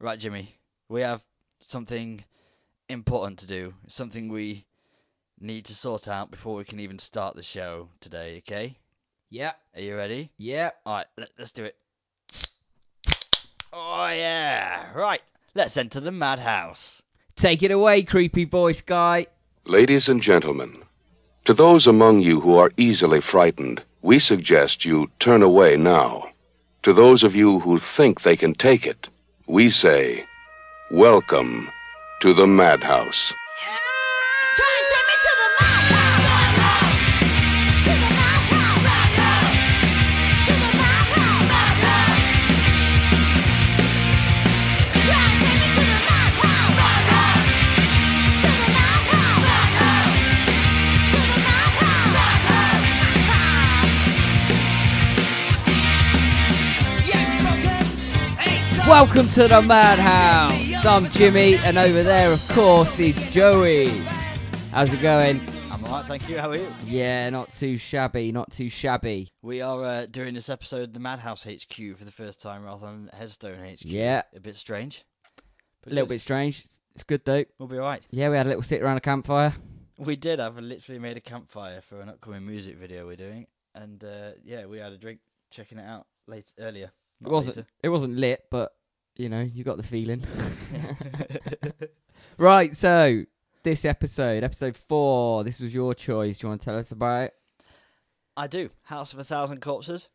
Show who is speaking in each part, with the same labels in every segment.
Speaker 1: right, Jimmy, we have something important to do, something we need to sort out before we can even start the show today, okay?
Speaker 2: Yeah,
Speaker 1: Are you ready?
Speaker 2: yeah.
Speaker 1: All right, let, let's do it. Oh, yeah. Right, let's enter the madhouse.
Speaker 2: Take it away, creepy voice guy.
Speaker 3: Ladies and gentlemen, to those among you who are easily frightened, we suggest you turn away now. To those of you who think they can take it, we say, Welcome to the Madhouse.
Speaker 4: Try and take me to the madhouse. To the madhouse. To the madhouse. Try and take me to the madhouse. To the madhouse. To the madhouse.
Speaker 2: Welcome to the madhouse. I'm Jimmy, and over there, of course, is Joey. How's it going?
Speaker 1: I'm all right, thank you. How are you?
Speaker 2: Yeah, not too shabby, not too shabby.
Speaker 1: We are uh, doing this episode of the Madhouse HQ for the first time rather than Headstone HQ.
Speaker 2: Yeah.
Speaker 1: A bit strange.
Speaker 2: A
Speaker 1: But
Speaker 2: little
Speaker 1: good.
Speaker 2: bit strange. It's- It's good though.
Speaker 1: We'll be alright.
Speaker 2: Yeah, we had a little sit around a campfire.
Speaker 1: We did. I've literally made a campfire for an upcoming music video we're doing, and uh, yeah, we had a drink checking it out late earlier.
Speaker 2: It wasn't. It wasn't lit, but you know, you got the feeling.
Speaker 1: later.
Speaker 2: right. So this episode, episode four. This was your choice. Do you want to tell us about it?
Speaker 1: I do. House of a Thousand Corpses,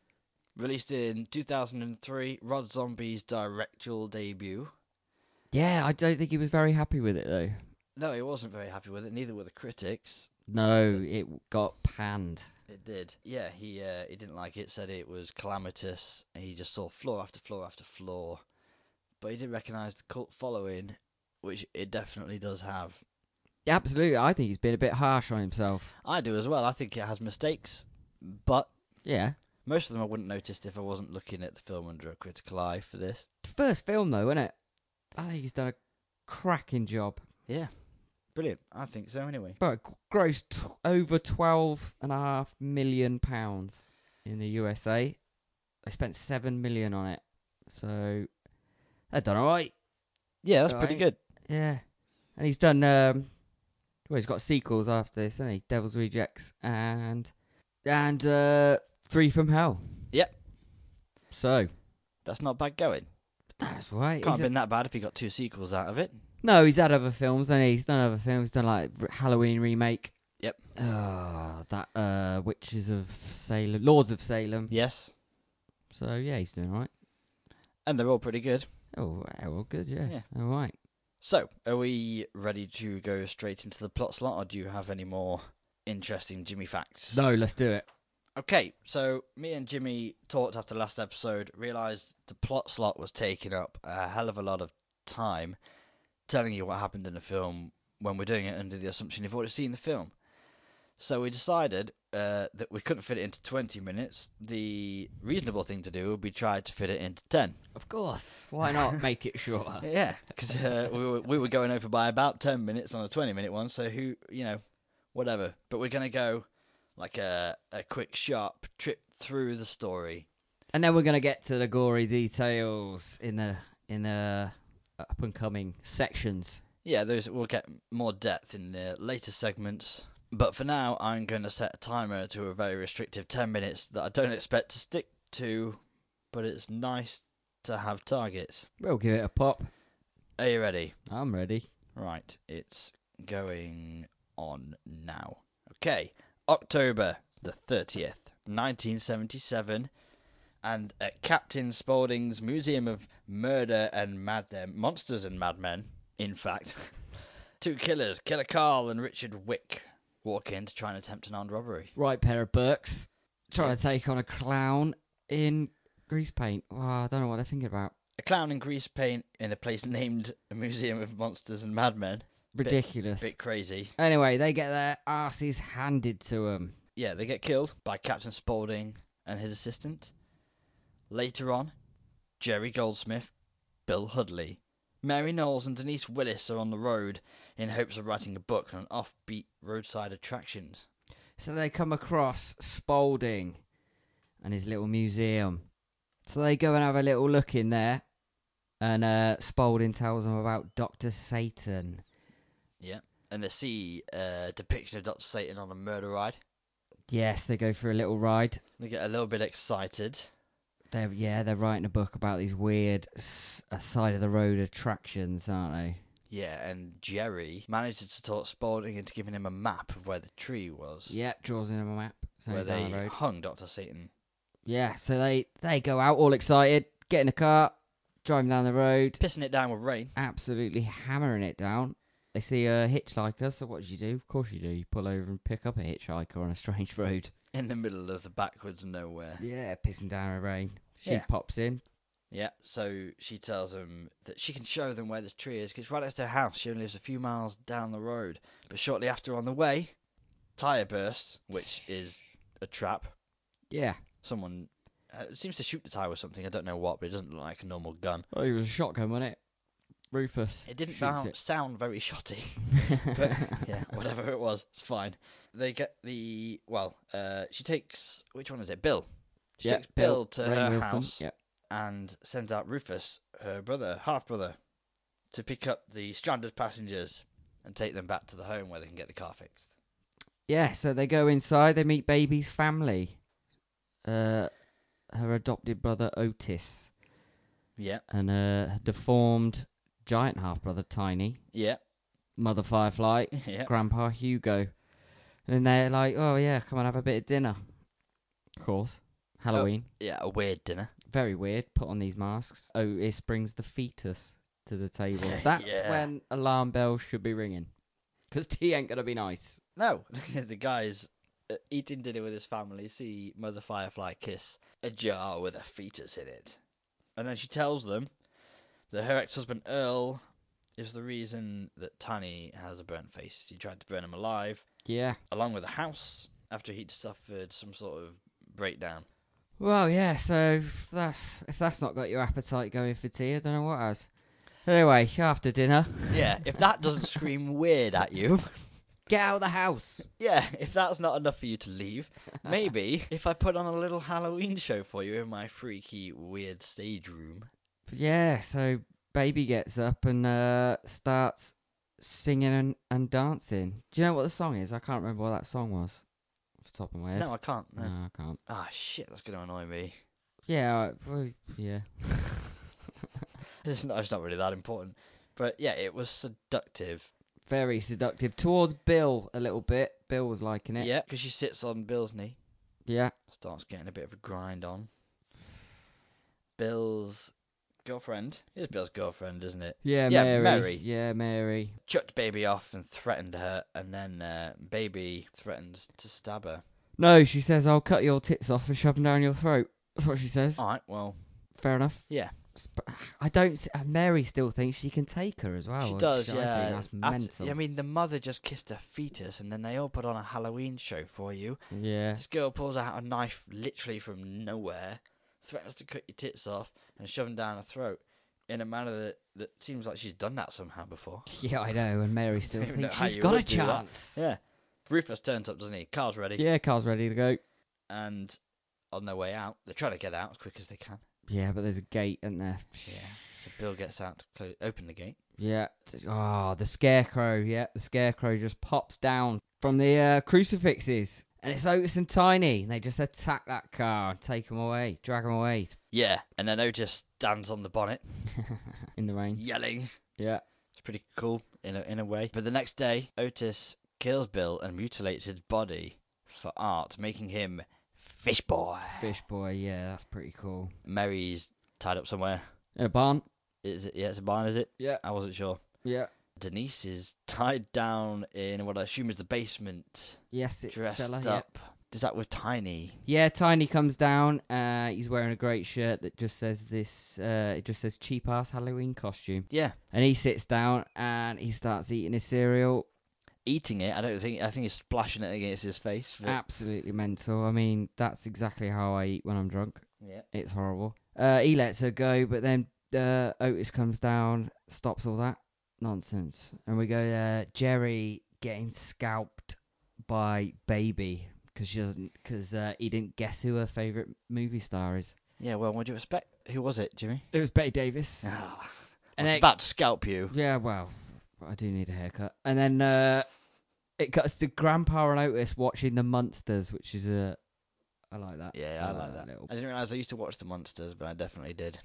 Speaker 1: released in 2003, Rod Zombie's directorial debut.
Speaker 2: Yeah, I don't think he was very happy with it though.
Speaker 1: No, he wasn't very happy with it. Neither were the critics.
Speaker 2: No, it got panned.
Speaker 1: It did. Yeah, he uh, he didn't like it. Said it was calamitous. and He just saw floor after floor after floor, but he did recognise the cult following, which it definitely does have.
Speaker 2: Yeah, absolutely. I think he's been a bit harsh on himself.
Speaker 1: I do as well. I think it has mistakes, but
Speaker 2: Yeah.
Speaker 1: most of them I wouldn't notice if I wasn't looking at the film under a critical eye for this.
Speaker 2: First film though, isn't it? I think he's done a cracking job.
Speaker 1: Yeah, brilliant. I think so anyway.
Speaker 2: But it grossed t- over twelve and a half million pounds in the USA. They spent seven million on it, so they've done all right.
Speaker 1: Yeah, that's
Speaker 2: All
Speaker 1: pretty
Speaker 2: right.
Speaker 1: good.
Speaker 2: Yeah, and he's done. um Well, he's got sequels after this, hasn't he? Devil's Rejects and and uh Three from Hell.
Speaker 1: Yep.
Speaker 2: So
Speaker 1: That's not bad going.
Speaker 2: that's right.
Speaker 1: Can't have
Speaker 2: He's a-
Speaker 1: been that bad if he got two sequels out of it.
Speaker 2: No, he's had other films, and he? he's done other films. He's done like r- Halloween remake.
Speaker 1: Yep.
Speaker 2: Ah, that uh, Witches of Salem, Lords of Salem.
Speaker 1: Yes,
Speaker 2: So yeah, he's doing all right.
Speaker 1: and they're all pretty good.
Speaker 2: Oh, wow, well, good. Yeah.
Speaker 1: Yeah.
Speaker 2: All right.
Speaker 1: So, are we ready to go straight into the plot slot, or do you have any more interesting Jimmy facts?
Speaker 2: No, let's do it.
Speaker 1: Okay, so me and Jimmy talked after last episode, realised the plot slot was taking up a hell of a lot of time telling you what happened in the film when we're doing it under the assumption you've already seen the film. So we decided uh, that we couldn't fit it into 20 minutes. The reasonable thing to do would be try to fit it into 10.
Speaker 2: Of course. Why not make it shorter?
Speaker 1: Yeah, because uh, we, were, we were going over by about 10 minutes on a 20 minute one, so who, you know, whatever. But we're going to go like a, a quick, sharp trip through the story.
Speaker 2: and then we're gonna get to the gory details in the in the up and coming sections.
Speaker 1: Yeah, those we'll get more depth in the later segments. But for now, I'm going to set a timer to a very restrictive 10 minutes that I don't expect to stick to, but it's nice to have targets.
Speaker 2: We'll give it a pop.
Speaker 1: Are you ready?
Speaker 2: I'm ready.
Speaker 1: Right, it's going on now. Okay, October the 30th, 1977, and at Captain Spaulding's Museum of Murder and Mad uh, Monsters and Madmen, in fact, two killers, Killer Carl and Richard Wick, walk in to try and attempt an armed robbery.
Speaker 2: Right pair of Burks trying to take on a clown in grease paint. Oh, I don't know what they're thinking about.
Speaker 1: A clown in grease paint in a place named the Museum of Monsters and Madmen.
Speaker 2: Ridiculous.
Speaker 1: Bit crazy.
Speaker 2: Anyway, they get their asses handed to them.
Speaker 1: yeah, they get killed by Captain Spaulding and his assistant. Later on, Jerry Goldsmith, Bill Hudley, Mary Knowles, and Denise Willis are on the road in hopes of writing a book on offbeat roadside attractions.
Speaker 2: So they come across Spaulding and his little museum. So they go and have a little look in there. And uh, Spalding tells them about Doctor Satan.
Speaker 1: And they see a depiction of Dr. Satan on a murder ride.
Speaker 2: Yes, they go for a little ride.
Speaker 1: They get a little bit excited.
Speaker 2: They're yeah, they're writing a book about these weird s- uh, side of the road attractions, aren't they?
Speaker 1: Yeah, and Jerry manages to talk Spalding into giving him a map of where the tree was.
Speaker 2: Yep, draws in on a map. It's only
Speaker 1: Where
Speaker 2: down
Speaker 1: they
Speaker 2: the road.
Speaker 1: hung Dr. Satan.
Speaker 2: Yeah, so they they go out all excited, get in a car, driving down the road,
Speaker 1: Pissing it down with rain.
Speaker 2: absolutely hammering it down. They see a hitchhiker, so what do you do? Of course you do. You pull over and pick up a hitchhiker on a strange road.
Speaker 1: In the middle of the backwoods nowhere.
Speaker 2: Yeah, pissing down a rain. She
Speaker 1: Yeah.
Speaker 2: pops in.
Speaker 1: Yeah, so she tells them that she can show them where this tree is because right next to her house, she only lives a few miles down the road. But shortly after, on the way, tire bursts, which is a trap.
Speaker 2: Yeah.
Speaker 1: Someone uh, seems to shoot the tire with something. I don't know what, but it doesn't look like a normal gun.
Speaker 2: Oh, it was a shotgun, wasn't it? Rufus.
Speaker 1: It didn't
Speaker 2: shoots
Speaker 1: bound,
Speaker 2: it.
Speaker 1: sound very shotty, but yeah, whatever it was, it's fine. They get the well. Uh, she takes which one is it? Bill. She
Speaker 2: Yeah,
Speaker 1: takes Bill, to
Speaker 2: Rainn
Speaker 1: her
Speaker 2: Wilson.
Speaker 1: house.
Speaker 2: Yeah.
Speaker 1: and sends out Rufus, her brother, half brother, to pick up the stranded passengers and take them back to the home where they can get the car fixed.
Speaker 2: Yeah, so they go inside, they meet Baby's family. Uh, her adopted brother Otis
Speaker 1: Yeah,
Speaker 2: and her deformed giant half brother Tiny,
Speaker 1: yeah,
Speaker 2: Mother Firefly,
Speaker 1: yeah.
Speaker 2: Grandpa Hugo. And they're like, oh yeah, come and have a bit of dinner. Of course. Halloween.
Speaker 1: yeah, a weird dinner.
Speaker 2: Very weird. Put on these masks. Otis brings the fetus to the table. That's
Speaker 1: Yeah.
Speaker 2: when alarm bells should be ringing. Because tea ain't going to be nice.
Speaker 1: No, the guy's uh, eating dinner with his family, see Mother Firefly kiss a jar with a fetus in it. And then she tells them that her ex husband Earl is the reason that Tiny has a burnt face. She tried to burn him alive,
Speaker 2: Yeah.
Speaker 1: along with a house, after he'd suffered some sort of breakdown.
Speaker 2: Well, yeah. So if that's if that's not got your appetite going for tea, I don't know what has. Anyway, after dinner,
Speaker 1: Yeah, if that doesn't scream weird at you,
Speaker 2: get out of the house.
Speaker 1: yeah, if that's not enough for you to leave, maybe if I put on a little Halloween show for you in my freaky, weird stage room.
Speaker 2: But yeah. So baby gets up and uh, starts singing and, and dancing. Do you know what the song is? I can't remember what that song was. Off the top of my head.
Speaker 1: No, I can't.
Speaker 2: No,
Speaker 1: No.
Speaker 2: I can't.
Speaker 1: Ah, shit, that's going to annoy me.
Speaker 2: Yeah. I, well, yeah.
Speaker 1: It's not, it's not really that important. But yeah, it was seductive.
Speaker 2: Very seductive towards Bill a little bit. Bill was liking it.
Speaker 1: Yeah, because she sits on Bill's knee,
Speaker 2: Yeah.
Speaker 1: starts getting a bit of a grind on. Bill's girlfriend. It is Bill's girlfriend, isn't it?
Speaker 2: Yeah,
Speaker 1: Yeah,
Speaker 2: Mary.
Speaker 1: Mary.
Speaker 2: Yeah, Mary.
Speaker 1: Chucked baby off and threatened her, and then uh, baby threatens to stab her.
Speaker 2: No, she says, I'll cut your tits off and shove them down your throat. That's what she says.
Speaker 1: All right, well,
Speaker 2: Fair enough.
Speaker 1: Oh. Yeah.
Speaker 2: Sp- I don't. s- uh, Mary still thinks she can take her as well.
Speaker 1: she
Speaker 2: which
Speaker 1: does,
Speaker 2: I think
Speaker 1: yeah.
Speaker 2: that's
Speaker 1: After-
Speaker 2: mental.
Speaker 1: I mean, the mother just kissed her fetus, and then they all put on a Halloween show for you.
Speaker 2: yeah.
Speaker 1: This girl pulls out a knife literally from nowhere, threatens to cut your tits off, and shove them down her throat in a manner that, that seems like she's done that somehow before.
Speaker 2: Yeah, I know. And Mary still
Speaker 1: Even
Speaker 2: thinks
Speaker 1: how
Speaker 2: she's
Speaker 1: you
Speaker 2: got a
Speaker 1: would do that.
Speaker 2: chance.
Speaker 1: Yeah. Rufus turns up, doesn't he? Car's ready.
Speaker 2: Yeah, car's ready to go.
Speaker 1: And on their way out, they're trying to get out as quick as they can.
Speaker 2: Yeah, but there's a gate, isn't there?
Speaker 1: Yeah. So Bill gets out to clo- open the gate.
Speaker 2: Yeah. Oh, the scarecrow. Yeah, the scarecrow just pops down from the uh, crucifixes. And it's Otis and Tiny. And they just attack that car and take them away, drag them away
Speaker 1: Yeah. And then Otis stands on the bonnet,
Speaker 2: in the rain.
Speaker 1: yelling.
Speaker 2: Yeah.
Speaker 1: It's pretty cool in a, in a way. But the next day, Otis kills Bill and mutilates his body for art, making him Fish Boy.
Speaker 2: Fish boy. Yeah, that's pretty cool.
Speaker 1: Mary's tied up somewhere.
Speaker 2: In a Uh, barn.
Speaker 1: Is it? Yeah, it's a barn, is it?
Speaker 2: Yeah.
Speaker 1: I wasn't sure.
Speaker 2: Yeah.
Speaker 1: Denise is tied down in what I assume is the basement,
Speaker 2: Yes, it's
Speaker 1: dressed
Speaker 2: Stella, yeah.
Speaker 1: up. Is that with Tiny?
Speaker 2: Yeah, Tiny comes down. Uh, he's wearing a great shirt that just says this. Uh, it just says cheap ass Halloween costume.
Speaker 1: Yeah,
Speaker 2: And he sits down and he starts eating his cereal.
Speaker 1: eating it. I don't think. I think he's splashing it against his face. but-
Speaker 2: Absolutely mental. I mean, that's exactly how I eat when I'm drunk.
Speaker 1: yeah.
Speaker 2: It's horrible. Uh, he lets her go, but then uh, Otis comes down, stops all that nonsense, and we go uh, Jerry getting scalped by Baby because she doesn't because uh, he didn't guess who her favorite movie star is.
Speaker 1: Yeah, well, what do you expect? Who was it, Jimmy?
Speaker 2: It was Betty Davis.
Speaker 1: Ah, I
Speaker 2: and
Speaker 1: was
Speaker 2: then,
Speaker 1: about to scalp you.
Speaker 2: yeah, well, I do need a haircut. And then uh, it cuts to Grandpa and Otis watching the Munsters, which is a. I like that.
Speaker 1: Yeah, I like that.
Speaker 2: Ah, little-
Speaker 1: I didn't realise I used to watch The Monsters, but I definitely did.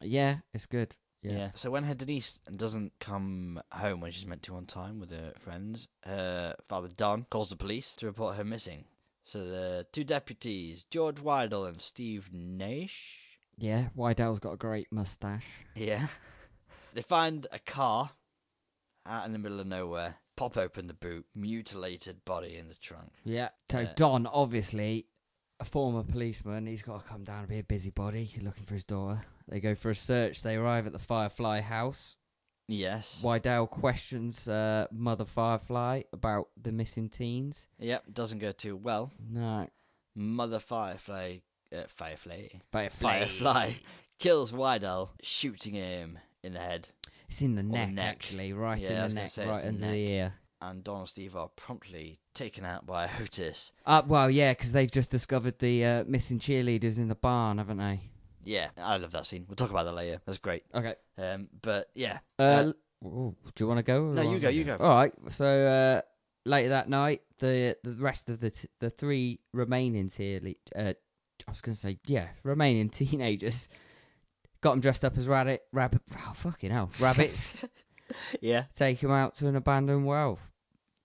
Speaker 2: Yeah, it's good. Yeah.
Speaker 1: So when her Denise doesn't come home when she's meant to on time with her friends, her father Don calls the police to report her missing. So the two deputies, George Wydell and Steve Nash,
Speaker 2: Yeah, Wydell's got a great mustache.
Speaker 1: Yeah. They find a car out in the middle of nowhere, pop open the boot, mutilated body in the trunk.
Speaker 2: Yeah. So
Speaker 1: Uh,
Speaker 2: Don, obviously, a former policeman, he's got to come down and be a busybody looking for his daughter. They go for a search. They arrive at the Firefly house.
Speaker 1: Yes.
Speaker 2: Wydell questions uh, Mother Firefly about the missing teens.
Speaker 1: Yep, doesn't go too well.
Speaker 2: No,
Speaker 1: Mother Firefly, uh, Firefly,
Speaker 2: Firefly.
Speaker 1: Firefly kills Wydell, shooting him in the head.
Speaker 2: It's in the
Speaker 1: the
Speaker 2: neck,
Speaker 1: neck.
Speaker 2: actually, right
Speaker 1: Yeah, I was gonna
Speaker 2: in the neck,
Speaker 1: say it's
Speaker 2: right
Speaker 1: the
Speaker 2: under
Speaker 1: neck.
Speaker 2: the ear.
Speaker 1: And Don and Steve are promptly taken out by Otis.
Speaker 2: Uh, well, yeah, because they've just discovered the uh, missing cheerleaders in the barn, haven't they?
Speaker 1: Yeah, I love that scene. We'll talk about that later. That's great.
Speaker 2: Okay.
Speaker 1: Um, but yeah,
Speaker 2: Uh,
Speaker 1: Uh,
Speaker 2: l- ooh, do you want to go? or
Speaker 1: No,
Speaker 2: do I
Speaker 1: you go, you
Speaker 2: wanna
Speaker 1: go.
Speaker 2: All right. So uh, later that night, the the rest of the t- the three remaining cheerle- uh I was going to say yeah, remaining teenagers, got them dressed up as rabbit rabbit. Oh fucking hell, rabbits.
Speaker 1: yeah,
Speaker 2: take him out to an abandoned well.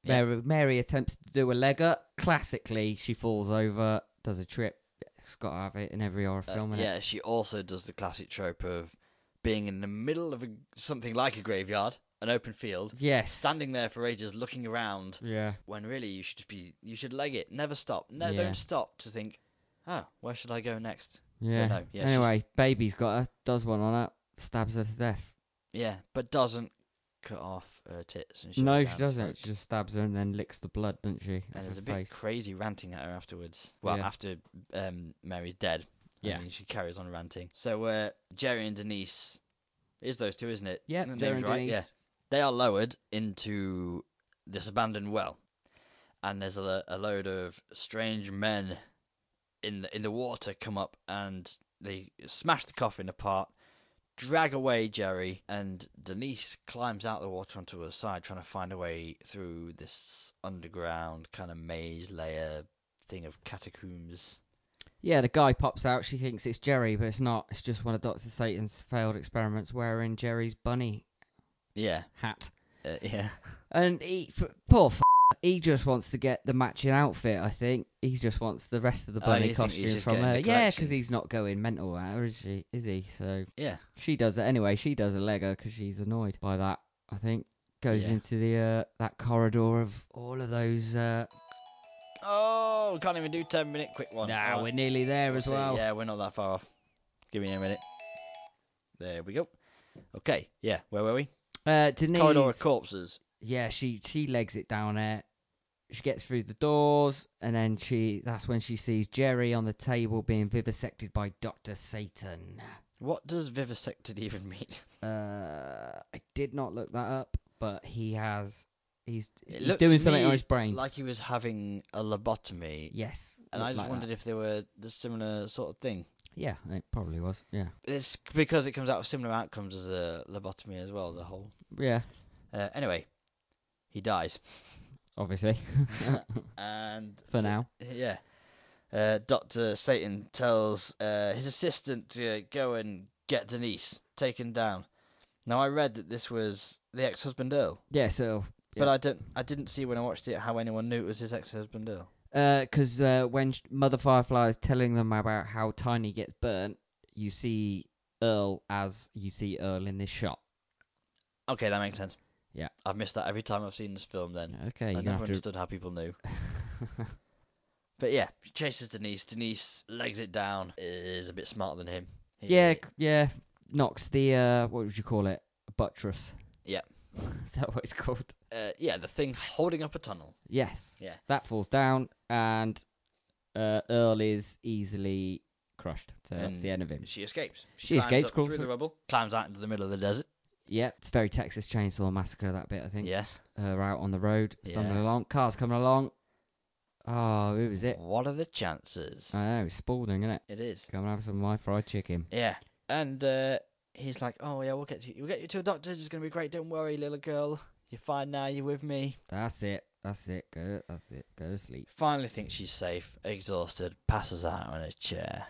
Speaker 1: Yeah.
Speaker 2: Mary, Mary attempts to do a leg up. Classically, she falls over, does a trip. It's got to have it in every horror
Speaker 1: Uh,
Speaker 2: film. innit?
Speaker 1: yeah, she also does the classic trope of being in the middle of a, something like a graveyard, an open field,
Speaker 2: Yes.
Speaker 1: standing there for ages looking around
Speaker 2: yeah.
Speaker 1: when really you should be you should leg it, never stop. No,
Speaker 2: Yeah.
Speaker 1: don't stop to think, "Oh, where should I go next?"
Speaker 2: Yeah.
Speaker 1: no, yeah, she's-
Speaker 2: anyway, baby's got her. Does one on her. Stabs her to death.
Speaker 1: Yeah, but doesn't cut off her tits and shit
Speaker 2: no,
Speaker 1: like
Speaker 2: she
Speaker 1: that,
Speaker 2: doesn't.
Speaker 1: throat.
Speaker 2: She just stabs her and then licks the blood, doesn't she? off
Speaker 1: and
Speaker 2: her
Speaker 1: there's a bit
Speaker 2: face.
Speaker 1: crazy ranting at her afterwards. Well,
Speaker 2: Yeah.
Speaker 1: after um, Mary's dead.
Speaker 2: Yeah.
Speaker 1: I mean, she carries on ranting. So uh, Jerry and Denise, it is those two, isn't it?
Speaker 2: yeah,
Speaker 1: The name's
Speaker 2: Jerry and
Speaker 1: right,
Speaker 2: Denise.
Speaker 1: yeah. they are lowered into this abandoned well, and there's a, a load of strange men in the, in the water come up and they smash the coffin apart, drag away Jerry, and Denise climbs out the water onto her side, trying to find a way through this underground kind of maze layer thing of catacombs.
Speaker 2: Yeah, the guy pops out. She thinks it's Jerry, but it's not. It's just one of Doctor Satan's failed experiments wearing Jerry's bunny
Speaker 1: Yeah,
Speaker 2: hat.
Speaker 1: uh, yeah,
Speaker 2: And he, f- poor f- he just wants to get the matching outfit. I think he just wants the rest of the
Speaker 1: Oh,
Speaker 2: bunny
Speaker 1: you think he's
Speaker 2: costume
Speaker 1: just
Speaker 2: from
Speaker 1: getting
Speaker 2: her.
Speaker 1: the
Speaker 2: Yeah, because
Speaker 1: collection.
Speaker 2: he's not going mental, now, is he? Is he? So
Speaker 1: yeah.
Speaker 2: she does it anyway. She does a legger because she's annoyed by that. I think goes
Speaker 1: Yeah.
Speaker 2: into the uh, that corridor of all of those. Uh,
Speaker 1: Oh, can't even do ten minute quick one.
Speaker 2: nah,
Speaker 1: Alright.
Speaker 2: we're nearly there as
Speaker 1: See,
Speaker 2: well.
Speaker 1: Yeah, we're not that far off. Give me a minute. There we go. Okay, yeah, where were we?
Speaker 2: Uh, Denise,
Speaker 1: Corridor of corpses.
Speaker 2: yeah, she she legs it down there. She gets through the doors, and then she that's when she sees Jerry on the table being vivisected by Doctor Satan.
Speaker 1: What does vivisected even mean?
Speaker 2: Uh, I did not look that up, but he has. He's,
Speaker 1: It
Speaker 2: he's
Speaker 1: looked
Speaker 2: doing
Speaker 1: to
Speaker 2: something on
Speaker 1: me
Speaker 2: his brain.
Speaker 1: like he was having a lobotomy,
Speaker 2: yes.
Speaker 1: and I
Speaker 2: looked
Speaker 1: just
Speaker 2: like
Speaker 1: wondered if they were the similar sort of thing.
Speaker 2: that. Yeah, it probably was. Yeah.
Speaker 1: It's because it comes out with similar outcomes as a lobotomy as well as a whole.
Speaker 2: Yeah,
Speaker 1: Uh, anyway, he dies,
Speaker 2: obviously.
Speaker 1: and
Speaker 2: For now.
Speaker 1: Yeah. Uh, Dr. Satan tells uh, his assistant to go and get Denise taken down. Now, I read that this was the ex husband Earl,
Speaker 2: Yeah, so.
Speaker 1: but
Speaker 2: Yeah.
Speaker 1: I, don't, I didn't see when I watched it how anyone knew it was his ex husband Earl.
Speaker 2: Because uh, when sh- Mother Firefly is telling them about how Tiny gets burnt, you see Earl as you see Earl in this shot.
Speaker 1: Okay, that makes sense.
Speaker 2: Yeah.
Speaker 1: I've missed that every time I've seen this film then.
Speaker 2: Okay,
Speaker 1: I
Speaker 2: you're
Speaker 1: never
Speaker 2: going to have to.
Speaker 1: understood how people knew. But yeah, he chases Denise. Denise legs it down, is a bit smarter than him. He-
Speaker 2: yeah, c- yeah. Knocks the. Uh, what would you call it? A buttress.
Speaker 1: Yeah.
Speaker 2: is that what it's called?
Speaker 1: Uh, yeah, the thing holding up a tunnel.
Speaker 2: Yes.
Speaker 1: Yeah.
Speaker 2: That falls down, and uh, Earl is easily crushed. So that's the
Speaker 1: And
Speaker 2: end of him.
Speaker 1: She escapes.
Speaker 2: She
Speaker 1: climbs
Speaker 2: escapes,
Speaker 1: up
Speaker 2: crawls
Speaker 1: through the
Speaker 2: through-
Speaker 1: rubble, climbs out into the middle of the desert.
Speaker 2: Yeah, it's very Texas Chainsaw Massacre, that bit, I think.
Speaker 1: Yes.
Speaker 2: Her out on the road, stumbling
Speaker 1: Yeah.
Speaker 2: along, cars coming along. Oh, who was it?
Speaker 1: What are the chances?
Speaker 2: I know, it's Spalding, isn't it?
Speaker 1: It is.
Speaker 2: Come and have some of my fried chicken.
Speaker 1: Yeah. And uh, he's like, "Oh yeah, we'll get you. We'll get you to a doctor. It's gonna be great. Don't worry, little girl. You're fine now. You're with me."
Speaker 2: That's it. That's it. Go. That's it. Go to sleep.
Speaker 1: Finally, thinks she's safe. Exhausted, passes out on a chair.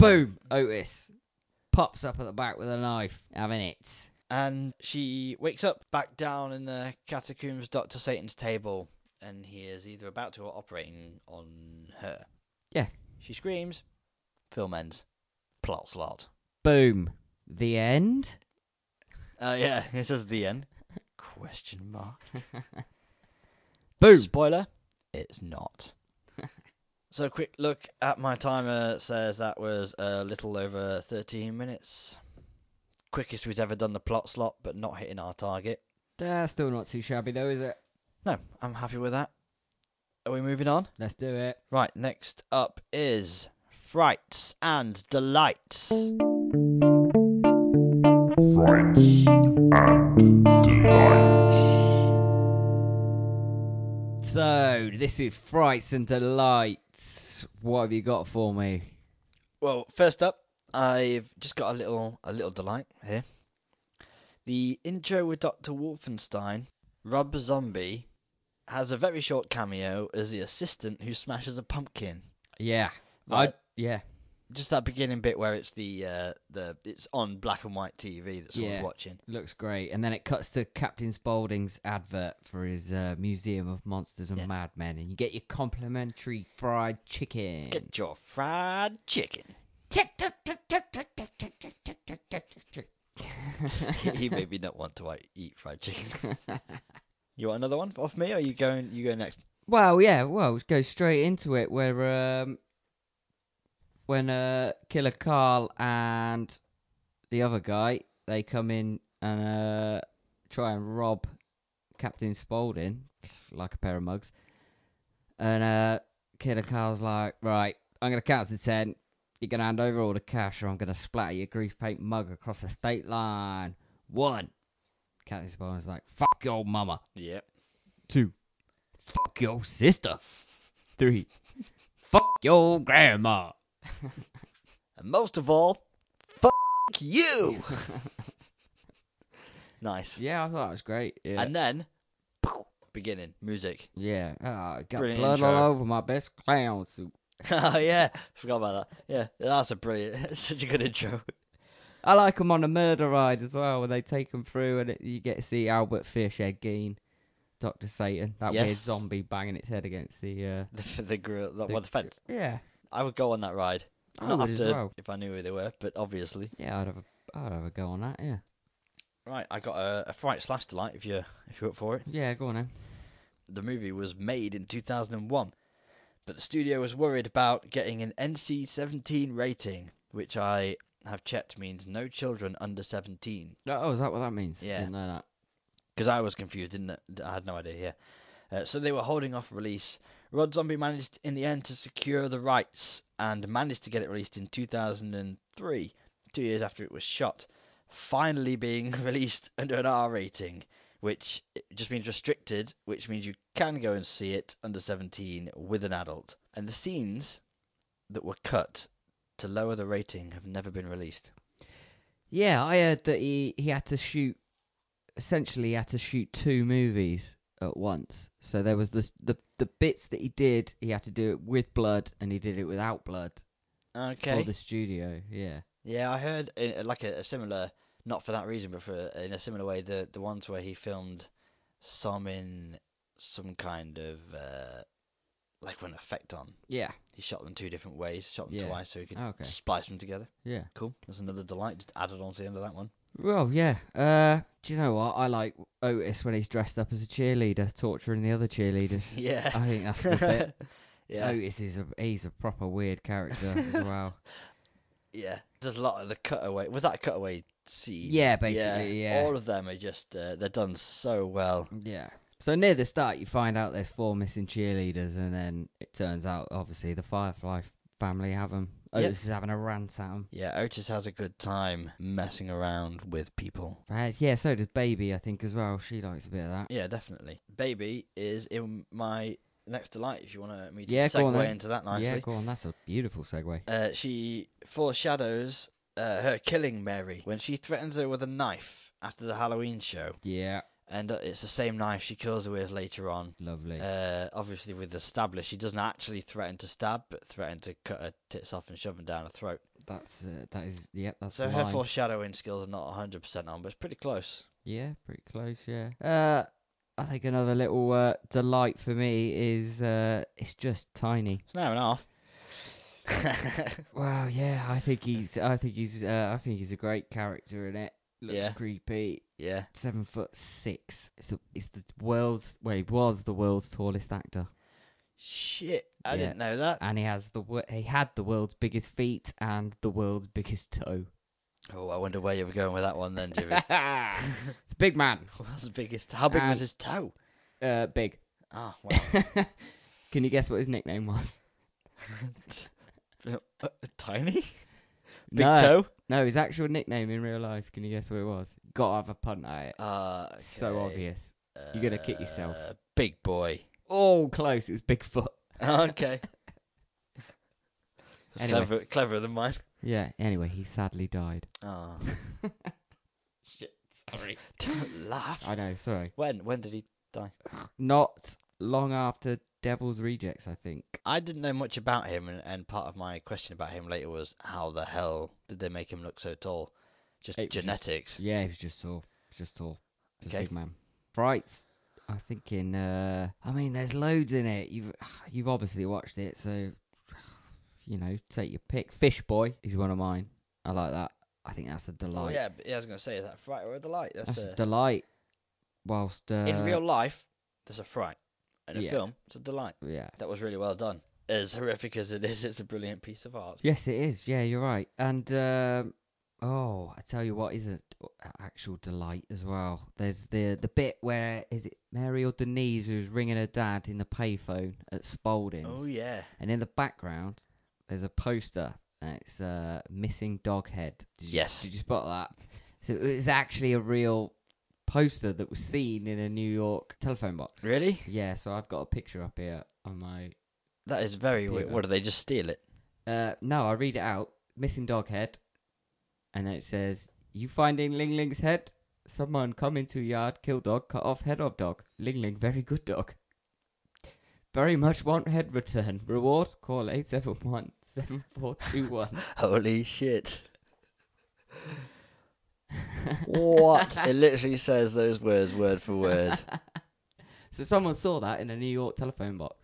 Speaker 2: Boom. Otis pops up at the back with a knife, having it.
Speaker 1: And she wakes up back down in the catacombs, Dr. Satan's table, and he is either about to or operating on her.
Speaker 2: Yeah.
Speaker 1: She screams. Film ends. Plot slot.
Speaker 2: Boom. The end.
Speaker 1: Uh, yeah, this is the end. Question mark.
Speaker 2: Boom.
Speaker 1: Spoiler, it's not. so, a quick look at my timer says that was a little over 13 minutes. Quickest we've ever done the plot slot, but not hitting our target.
Speaker 2: That's still not too shabby though, is it?
Speaker 1: No, I'm happy with that. Are we moving on?
Speaker 2: Let's do it.
Speaker 1: Right, next up is Frights and Delights.
Speaker 2: So this is frights and delights. What have you got for me?
Speaker 1: Well, first up, I've just got a little a little delight here. The intro with Dr. Wolfenstein, Rob Zombie, has a very short cameo as the assistant who smashes a pumpkin.
Speaker 2: Yeah. I
Speaker 1: Right.
Speaker 2: yeah.
Speaker 1: Just that beginning bit where it's the uh, the it's on black and white TV that someone's
Speaker 2: Yeah.
Speaker 1: watching.
Speaker 2: Looks great. And then it cuts to Captain Spaulding's advert for his uh, Museum of Monsters and
Speaker 1: Yeah.
Speaker 2: Madmen, and you get your complimentary fried chicken.
Speaker 1: Get your fried chicken. he made me not want to like, eat fried chicken. you want another one off me, or you going? You go next.
Speaker 2: Well, yeah, well, go straight into it where um when uh Killer Carl and the other guy they come in and uh try and rob Captain Spaulding like a pair of mugs. And uh Killer Carl's like, "Right, I'm going to count to 10. You're going to hand over all the cash or I'm going to splatter your grease paint mug across the state line." 1. Captain Spaulding's like, "Fuck your mama."
Speaker 1: Yeah.
Speaker 2: Two. Fuck your sister. Three. Fuck your grandma.
Speaker 1: And most of all, fuck you. nice.
Speaker 2: Yeah, I thought it was great. Yeah.
Speaker 1: And then beginning music.
Speaker 2: yeah. Ah, I got
Speaker 1: Brilliant
Speaker 2: blood
Speaker 1: intro.
Speaker 2: all over my best clown suit.
Speaker 1: oh yeah, forgot about that. Yeah, that's a brilliant, such a good intro.
Speaker 2: I like 'em on the murder ride as well when they take 'em through and it, you get to see Albert Fish, Ed Gein, Dr. Satan, that weird
Speaker 1: Yes.
Speaker 2: zombie banging its head against the. Uh,
Speaker 1: The the grill, the, well, the fence.
Speaker 2: yeah.
Speaker 1: I would go on that ride.
Speaker 2: I
Speaker 1: Not
Speaker 2: would as
Speaker 1: after
Speaker 2: well.
Speaker 1: if I knew who they were, but obviously.
Speaker 2: Yeah, I'd have, a, I'd have a go on that, yeah.
Speaker 1: Right, I got a, a fright slash delight if you if you're up for it.
Speaker 2: Yeah, go on then.
Speaker 1: The movie was made in 2001, but the studio was worried about getting an NC-17 rating, which I have checked means no children under 17.
Speaker 2: Oh, is that what that means?
Speaker 1: Yeah.
Speaker 2: Didn't know that.
Speaker 1: because I was confused, didn't I? I had no idea. Yeah, uh, so they were holding off release. Rod Zombie managed in the end to secure the rights and managed to get it released in 2003, two years after it was shot, finally being released under an R rating, which just means restricted, which means you can go and see it under 17 with an adult. And the scenes that were cut to lower the rating have never been released.
Speaker 2: Yeah, I heard that he, he had to shoot essentially he had to shoot two movies at once. So there was the the the bits that he did, he had to do it with blood and he did it without blood
Speaker 1: Okay.
Speaker 2: for the studio. Yeah.
Speaker 1: Yeah, I heard in, uh, like a, a similar, not for that reason, but for uh, in a similar way, the the ones where he filmed some in some kind of uh, like an effect on.
Speaker 2: Yeah.
Speaker 1: He shot them two different ways, shot them
Speaker 2: Yeah. Oh,
Speaker 1: twice, so he could
Speaker 2: Okay.
Speaker 1: splice them together.
Speaker 2: Yeah.
Speaker 1: Cool. That's another delight just added on to the end of that one.
Speaker 2: Well, yeah. Uh do you know what? I like Otis when he's dressed up as a cheerleader torturing the other cheerleaders.
Speaker 1: Yeah.
Speaker 2: I think that's the bit.
Speaker 1: yeah.
Speaker 2: Otis is a he's a proper weird character as well.
Speaker 1: Yeah. There's a lot of the cutaway. Was that a cutaway scene?
Speaker 2: Yeah, basically, yeah.
Speaker 1: All of them are just uh, they're done so well.
Speaker 2: Yeah. So near the start, you find out there's four missing cheerleaders, and then it turns out, obviously, the Firefly f- family have them.
Speaker 1: Yep.
Speaker 2: Otis is having a rant at them.
Speaker 1: Yeah, Otis has a good time messing around with people.
Speaker 2: yeah, so does Baby, I think, as well. She likes a bit of that.
Speaker 1: Yeah, definitely. Baby is in my next to light if you want me to
Speaker 2: Yeah, go on
Speaker 1: segue
Speaker 2: then.
Speaker 1: into that
Speaker 2: Yeah,
Speaker 1: nicely.
Speaker 2: go on. That's a beautiful segue.
Speaker 1: uh, she foreshadows uh, her killing Mary when she threatens her with a knife after the Halloween show,
Speaker 2: Yeah,
Speaker 1: and uh, it's the same knife she kills her with later on.
Speaker 2: lovely.
Speaker 1: Uh, obviously, with the stabler, she doesn't actually threaten to stab, but threaten to cut her tits off and shove them down her throat.
Speaker 2: that's uh, that is. Yep, that's
Speaker 1: So
Speaker 2: the
Speaker 1: her
Speaker 2: line.
Speaker 1: foreshadowing skills are not 100% on, but it's pretty close.
Speaker 2: Yeah, pretty close. Yeah. Uh, I think another little uh, delight for me is uh, it's just tiny.
Speaker 1: It's an hour and a half.
Speaker 2: Well, yeah, I think he's. I think he's. Uh, I think he's a great character in it. Looks
Speaker 1: Yeah.
Speaker 2: creepy.
Speaker 1: yeah.
Speaker 2: Seven foot six. It's the, it's the world's. Well, he was the world's tallest actor,
Speaker 1: Shit, I
Speaker 2: Yeah.
Speaker 1: didn't know that.
Speaker 2: and he has the. wor- He had the world's biggest feet and the world's biggest toe.
Speaker 1: Oh, I wonder where you were going with that one then, Jimmy.
Speaker 2: it's a big man.
Speaker 1: What's the biggest? How big was
Speaker 2: And-
Speaker 1: his toe?
Speaker 2: Uh, big.
Speaker 1: Ah, wow.
Speaker 2: Can you guess what his nickname was?
Speaker 1: Uh, Tiny? Big
Speaker 2: no,
Speaker 1: toe?
Speaker 2: no, his actual nickname in real life. Can you guess what it was? Gotta have a punt at it.
Speaker 1: Uh,
Speaker 2: So
Speaker 1: okay.
Speaker 2: obvious. You're gonna kick yourself.
Speaker 1: Uh, Big boy.
Speaker 2: Oh, close. It was Bigfoot.
Speaker 1: okay. That's
Speaker 2: Anyway.
Speaker 1: clever, cleverer than mine.
Speaker 2: Yeah. Anyway, he sadly died.
Speaker 1: Oh.
Speaker 2: Shit. Sorry.
Speaker 1: Don't laugh.
Speaker 2: I know. Sorry.
Speaker 1: When? When did he die?
Speaker 2: Not long after Devil's Rejects, I think.
Speaker 1: I didn't know much about him, and, and part of my question about him later was how the hell did they make him look so tall? Just
Speaker 2: It was just-
Speaker 1: genetics.
Speaker 2: Yeah, he was just tall. He was Just tall. Just a
Speaker 1: Okay.
Speaker 2: big man. Frights. I'm thinking. Uh, I mean, there's loads in it. You've you've obviously watched it, so you know, take your pick. Fish Boy is one of mine. I like that. I think that's a
Speaker 1: oh,
Speaker 2: delight.
Speaker 1: yeah, but, yeah, I was going to say, is that a fright or a delight? That's,
Speaker 2: that's a
Speaker 1: a,
Speaker 2: delight. Whilst uh,
Speaker 1: in real life, there's a fright. In a
Speaker 2: yeah.
Speaker 1: film, it's a delight.
Speaker 2: yeah,
Speaker 1: That was really well done. As horrific as it is, it's a brilliant piece of art.
Speaker 2: Yes, it is. Yeah, you're right. And um, oh, I tell you what is a a actual delight as well. There's the the bit where is it Mary or Denise who's ringing her dad in the payphone at Spalding's,
Speaker 1: Oh yeah.
Speaker 2: and in the background there's a poster. And it's uh, missing dog head. Did you,
Speaker 1: Yes.
Speaker 2: Did you spot that? So it's actually a real poster that was seen in a New York telephone box.
Speaker 1: Really?
Speaker 2: Yeah. So I've got a picture up here on my
Speaker 1: That is very
Speaker 2: Yeah.
Speaker 1: weird. What do they just steal it?
Speaker 2: Uh, no, I read it out. Missing dog head. And then it says, You finding Ling Ling's head? Someone come into yard, kill dog, cut off head of dog. Ling Ling, very good dog. Very much want head return. Reward, call 871 7421.
Speaker 1: Holy shit. what? It literally says those words word for word.
Speaker 2: so someone saw that in a New York telephone box.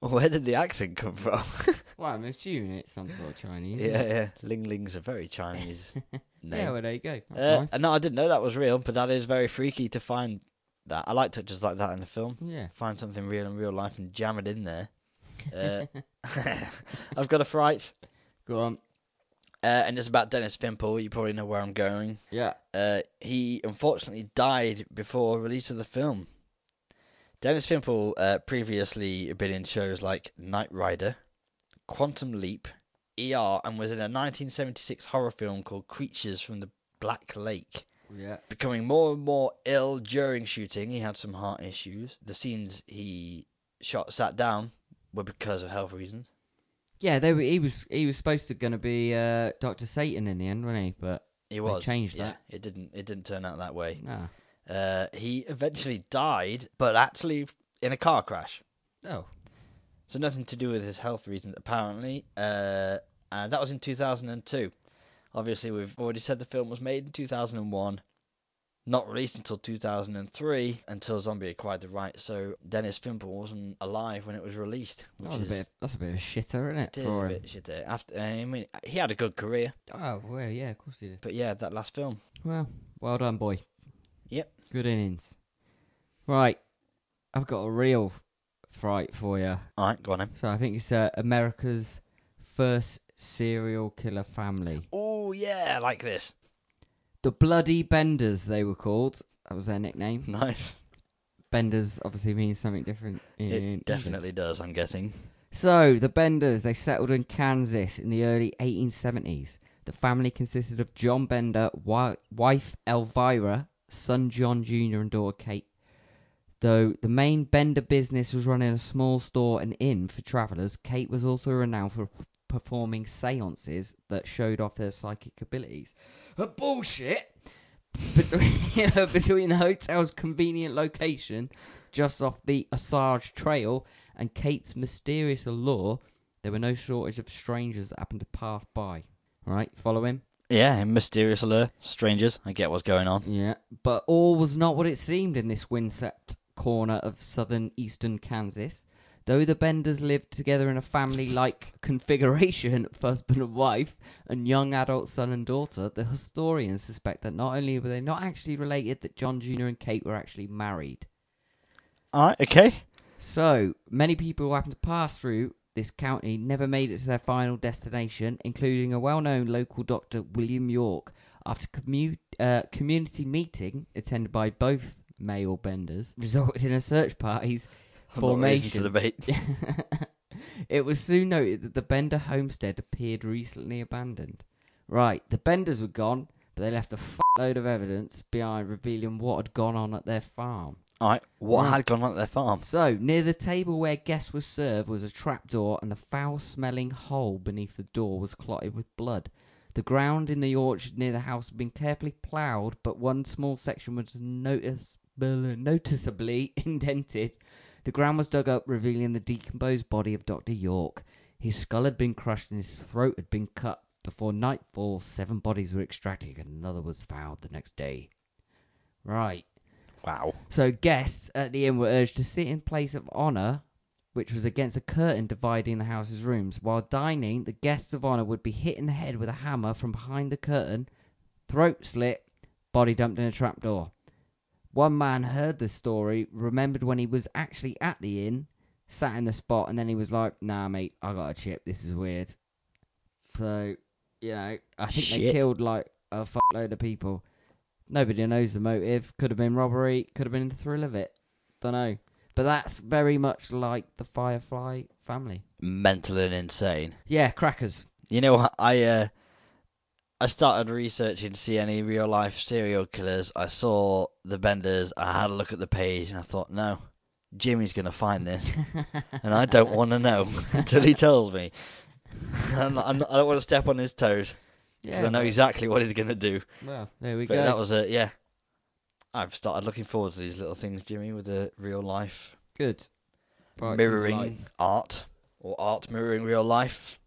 Speaker 1: Where did the accent come from?
Speaker 2: Well, I'm assuming it's some sort of Chinese.
Speaker 1: yeah, yeah. Ling Ling's a very Chinese
Speaker 2: Yeah,
Speaker 1: name.
Speaker 2: well, there you go. That's
Speaker 1: Uh,
Speaker 2: nice.
Speaker 1: No, I didn't know that was real, but that is very freaky to find that. I like touches like that in the film.
Speaker 2: Yeah.
Speaker 1: Find something real in real life and jam it in there. Uh, I've got a fright,
Speaker 2: Go on.
Speaker 1: uh, and it's about Dennis Pimple. You probably know where I'm going.
Speaker 2: Yeah.
Speaker 1: uh, he unfortunately died before release of the film. Dennis Pimple uh, previously been in shows like Knight Rider, Quantum Leap, ER, and was in a 1976 horror film called Creatures from the Black Lake.
Speaker 2: Yeah.
Speaker 1: Becoming more and more ill during shooting, he had some heart issues. The scenes he shot sat down were because of health reasons.
Speaker 2: Yeah, they were, he was he was supposed to gonna be uh, Doctor Satan in the end, wasn't he? But
Speaker 1: He was
Speaker 2: changed
Speaker 1: yeah,
Speaker 2: that.
Speaker 1: It didn't. It didn't turn out that way.
Speaker 2: nah.
Speaker 1: Uh, he eventually died, but actually in a car crash.
Speaker 2: Oh,
Speaker 1: So nothing to do with his health reasons, apparently. Uh, and that was in 2002. Obviously, we've already said the film was made in 2001, not released until 2003, until Zombie acquired the rights. So Dennis Pimple wasn't alive when it was released,
Speaker 2: That
Speaker 1: which
Speaker 2: was
Speaker 1: is,
Speaker 2: a bit. That's a bit of a shitter, isn't it?
Speaker 1: it is
Speaker 2: for
Speaker 1: a
Speaker 2: him?
Speaker 1: bit shit. there. After, eh, I mean, he had a good career,
Speaker 2: Oh well, yeah, of course he did.
Speaker 1: but yeah, that last film.
Speaker 2: Well, well done, boy.
Speaker 1: Yep.
Speaker 2: Good innings. Right, I've got a real fright for you.
Speaker 1: All right, go on. Then.
Speaker 2: So I think it's uh, America's first serial killer family,
Speaker 1: Oh yeah, I like this.
Speaker 2: the Bloody Benders. They were called. That was their nickname.
Speaker 1: Nice.
Speaker 2: Benders obviously means something different. In England.
Speaker 1: It definitely does. I'm guessing.
Speaker 2: So, the Benders, they settled in Kansas in the early 1870s. The family consisted of John Bender, wi- wife Elvira, son John Jr., and daughter Kate. Though the main Bender business was running a small store and inn for travellers, Kate was also renowned for p- performing seances that showed off her psychic abilities. Her bullshit! between, between the hotel's convenient location, just off the Osage Trail, and Kate's mysterious allure, there were no shortage of strangers that happened to pass by. Right, follow him?
Speaker 1: Yeah, and mysterious allure, strangers. I get what's going on.
Speaker 2: Yeah, but all was not what it seemed in this windswept corner of southern eastern Kansas. Though the Benders lived together in a family like configuration of husband and wife and young adult son and daughter, the historians suspect that not only were they not actually related, that John Jr. and Kate were actually married.
Speaker 1: All right, okay.
Speaker 2: So, many people who happened to pass through this county never made it to their final destination, including a well known local doctor, William York. After commu- uh, community meeting attended by both male benders resulted in a search party's
Speaker 1: I'm not raising
Speaker 2: formation.
Speaker 1: to the bait.
Speaker 2: it was soon noted that the Bender homestead appeared recently abandoned. Right, the Benders were gone, but they left a f- load of evidence behind revealing what had gone on at their farm.
Speaker 1: All right, what
Speaker 2: Right.
Speaker 1: had gone on at their farm?
Speaker 2: So, near the table where guests were served was a trapdoor, and the foul smelling hole beneath the door was clotted with blood. The ground in the orchard near the house had been carefully ploughed, but one small section was notice- noticeably indented. The ground was dug up, revealing the decomposed body of Dr. York. His skull had been crushed and his throat had been cut. Before nightfall, seven bodies were extracted, and another was found the next day. Right.
Speaker 1: Wow.
Speaker 2: So guests at the inn were urged to sit in place of honour, which was against a curtain dividing the house's rooms. While dining, the guests of honour would be hit in the head with a hammer from behind the curtain, throat slit, body dumped in a trapdoor. One man heard the story, remembered when he was actually at the inn, sat in the spot, and then he was like, "Nah, mate, I got a chip. This is weird." So, you know, I think they
Speaker 1: Shit.
Speaker 2: killed like a fuckload of people. Nobody knows the motive. Could have been robbery. Could have been the thrill of it. Don't know. But that's very much like the Firefly family.
Speaker 1: Mental and insane.
Speaker 2: Yeah, crackers.
Speaker 1: You know, I uh, I started researching to see any real life serial killers. I saw the Benders. I had a look at the page, and I thought, no, Jimmy's gonna find this, and I don't want to know until he tells me. I'm not, I'm not, I don't want to step on his toes because I know exactly what he's gonna do.
Speaker 2: Well, there we
Speaker 1: But
Speaker 2: go.
Speaker 1: that was a yeah. I've started looking forward to these little things, Jimmy, with the real life
Speaker 2: good. Brights and
Speaker 1: mirroring
Speaker 2: delights.
Speaker 1: art or art mirroring real life.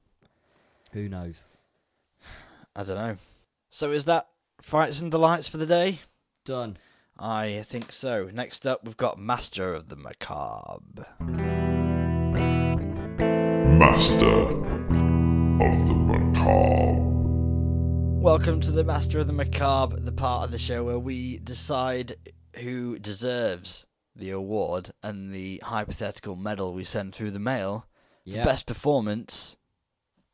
Speaker 2: Who knows?
Speaker 1: I don't know. So is that frights and delights for the day?
Speaker 2: Done.
Speaker 1: I think so. Next up, we've got Master of the Macabre.
Speaker 5: Master of the Macabre.
Speaker 1: Welcome to the Master of the Macabre, the part of the show where we decide who deserves the award and the hypothetical medal we send through the mail for
Speaker 2: Yeah.
Speaker 1: best performance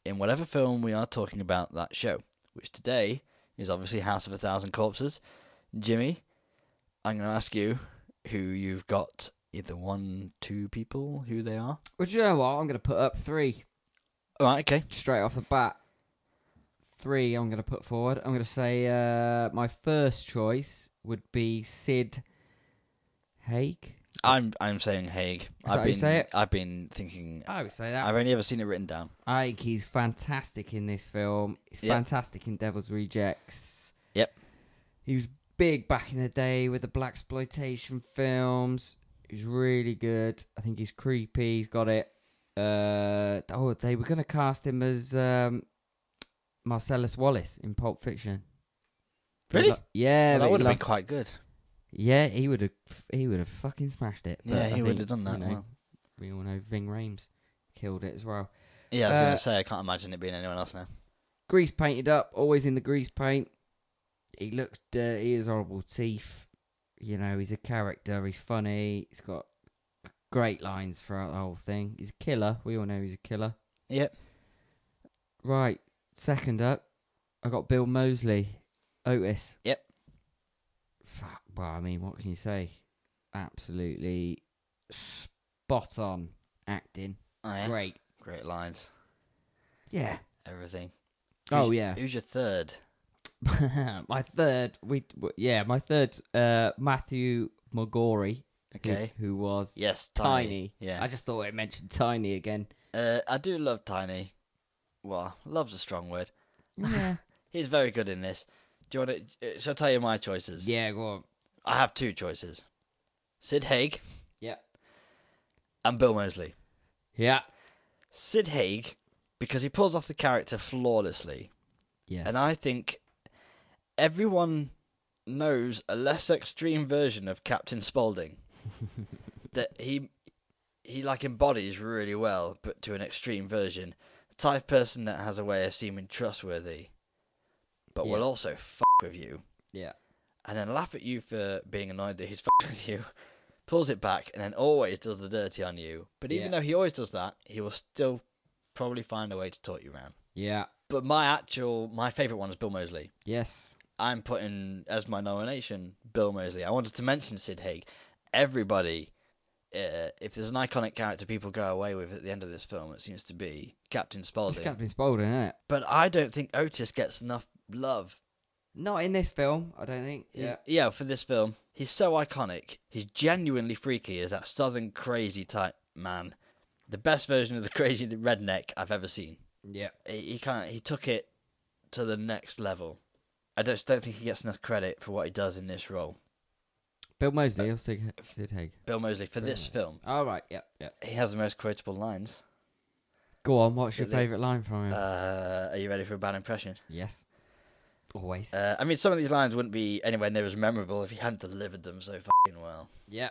Speaker 1: in whatever film we are talking about that show, which today is obviously House of a Thousand Corpses. Jimmy, I'm going to ask you who you've got either one, two people, who they are.
Speaker 2: Well, do you know what? I'm going to put up three
Speaker 1: All right, okay.
Speaker 2: straight off the bat. Three I'm going to put forward. I'm going to say uh, my first choice would be Sid Haig.
Speaker 1: I'm I'm saying Haig.
Speaker 2: that
Speaker 1: I've
Speaker 2: how you
Speaker 1: been
Speaker 2: say it? Uh,
Speaker 1: I've been thinking
Speaker 2: I would say that.
Speaker 1: I've only ever seen it written down.
Speaker 2: I think he's fantastic in this film. He's
Speaker 1: Yep.
Speaker 2: fantastic in Devil's Rejects.
Speaker 1: Yep.
Speaker 2: He was big back in the day with the black exploitation films. He's really good. I think he's creepy. He's got it. Uh, oh, they were going to cast him as um, Marcellus Wallace in Pulp Fiction.
Speaker 1: Really? Well,
Speaker 2: Yeah, but
Speaker 1: that
Speaker 2: he
Speaker 1: would have been
Speaker 2: lost-
Speaker 1: quite good.
Speaker 2: Yeah, he would have. He would have fucking smashed it.
Speaker 1: Yeah,
Speaker 2: But I
Speaker 1: he would have done
Speaker 2: think,
Speaker 1: that
Speaker 2: You know,
Speaker 1: well.
Speaker 2: We all know Ving Rhames killed it as well.
Speaker 1: Yeah, I was
Speaker 2: Uh,
Speaker 1: gonna say I can't imagine it being anyone else now.
Speaker 2: grease painted up, always in the grease paint. He looks dirty, his horrible teeth. You know, he's a character, he's funny, he's got great lines throughout the whole thing. He's a killer, we all know he's a killer.
Speaker 1: Yep.
Speaker 2: Right, second up, I got Bill Mosley, Otis.
Speaker 1: Yep.
Speaker 2: Fuck, well, I mean, what can you say? Absolutely spot on acting.
Speaker 1: Oh, yeah. Great.
Speaker 2: Great.
Speaker 1: lines.
Speaker 2: Yeah.
Speaker 1: Everything.
Speaker 2: Oh,
Speaker 1: Who's-
Speaker 2: yeah.
Speaker 1: Who's your third?
Speaker 2: my third, we w- yeah, my third, uh, Matthew McGorry, who-
Speaker 1: Okay.
Speaker 2: who, was
Speaker 1: Yes,
Speaker 2: tiny.
Speaker 1: Tiny. Yeah.
Speaker 2: I just thought it mentioned Tiny again.
Speaker 1: Uh, I do love Tiny. Well, love's a strong word.
Speaker 2: Yeah,
Speaker 1: He's very good in this. Do you want to? Shall I tell you my choices?
Speaker 2: yeah, go on.
Speaker 1: I have two choices: Sid Haig
Speaker 2: Yeah,
Speaker 1: and Bill Mosley.
Speaker 2: yeah,
Speaker 1: Sid Haig, because he pulls off the character flawlessly,
Speaker 2: yeah.
Speaker 1: and I think everyone knows a less extreme version of Captain Spaulding that he he like embodies really well, but to an extreme version. The type of person that has a way of seeming trustworthy, but will
Speaker 2: Yeah.
Speaker 1: also f with you
Speaker 2: yeah,
Speaker 1: and then laugh at you for being annoyed that he's f***ing with you, pulls it back, and then always does the dirty on you. But even
Speaker 2: Yeah.
Speaker 1: though he always does that, he will still probably find a way to talk you around.
Speaker 2: yeah,
Speaker 1: But my actual, my favourite one is Bill Mosley.
Speaker 2: yes,
Speaker 1: I'm putting as my nomination Bill Mosley. I wanted to mention Sid Haig. Everybody, uh, if there's an iconic character people go away with at the end of this film, it seems to be Captain
Speaker 2: it's
Speaker 1: Spaulding.
Speaker 2: Captain Spaulding, isn't it?
Speaker 1: but I don't think Otis gets enough love
Speaker 2: Not in this film, I don't think.
Speaker 1: He's,
Speaker 2: Yeah,
Speaker 1: yeah. for this film. He's so iconic. He's genuinely freaky as that southern crazy type man. The best version of the crazy redneck I've ever seen.
Speaker 2: yeah,
Speaker 1: He, he kind of, he took it to the next level. I just don't think he gets enough credit for what he does in this role.
Speaker 2: Bill
Speaker 1: Uh,
Speaker 2: Mosley, also Sid Haig.
Speaker 1: Bill Mosley for this film,
Speaker 2: All right, yeah, yeah.
Speaker 1: he has the most quotable lines.
Speaker 2: Go on, what's your
Speaker 1: Yeah, they-
Speaker 2: favourite line from him?
Speaker 1: Uh, are you ready for a bad impression?
Speaker 2: yes, always.
Speaker 1: Uh, I mean, some of these lines wouldn't be anywhere near as memorable if he hadn't delivered them so fucking well.
Speaker 2: yeah,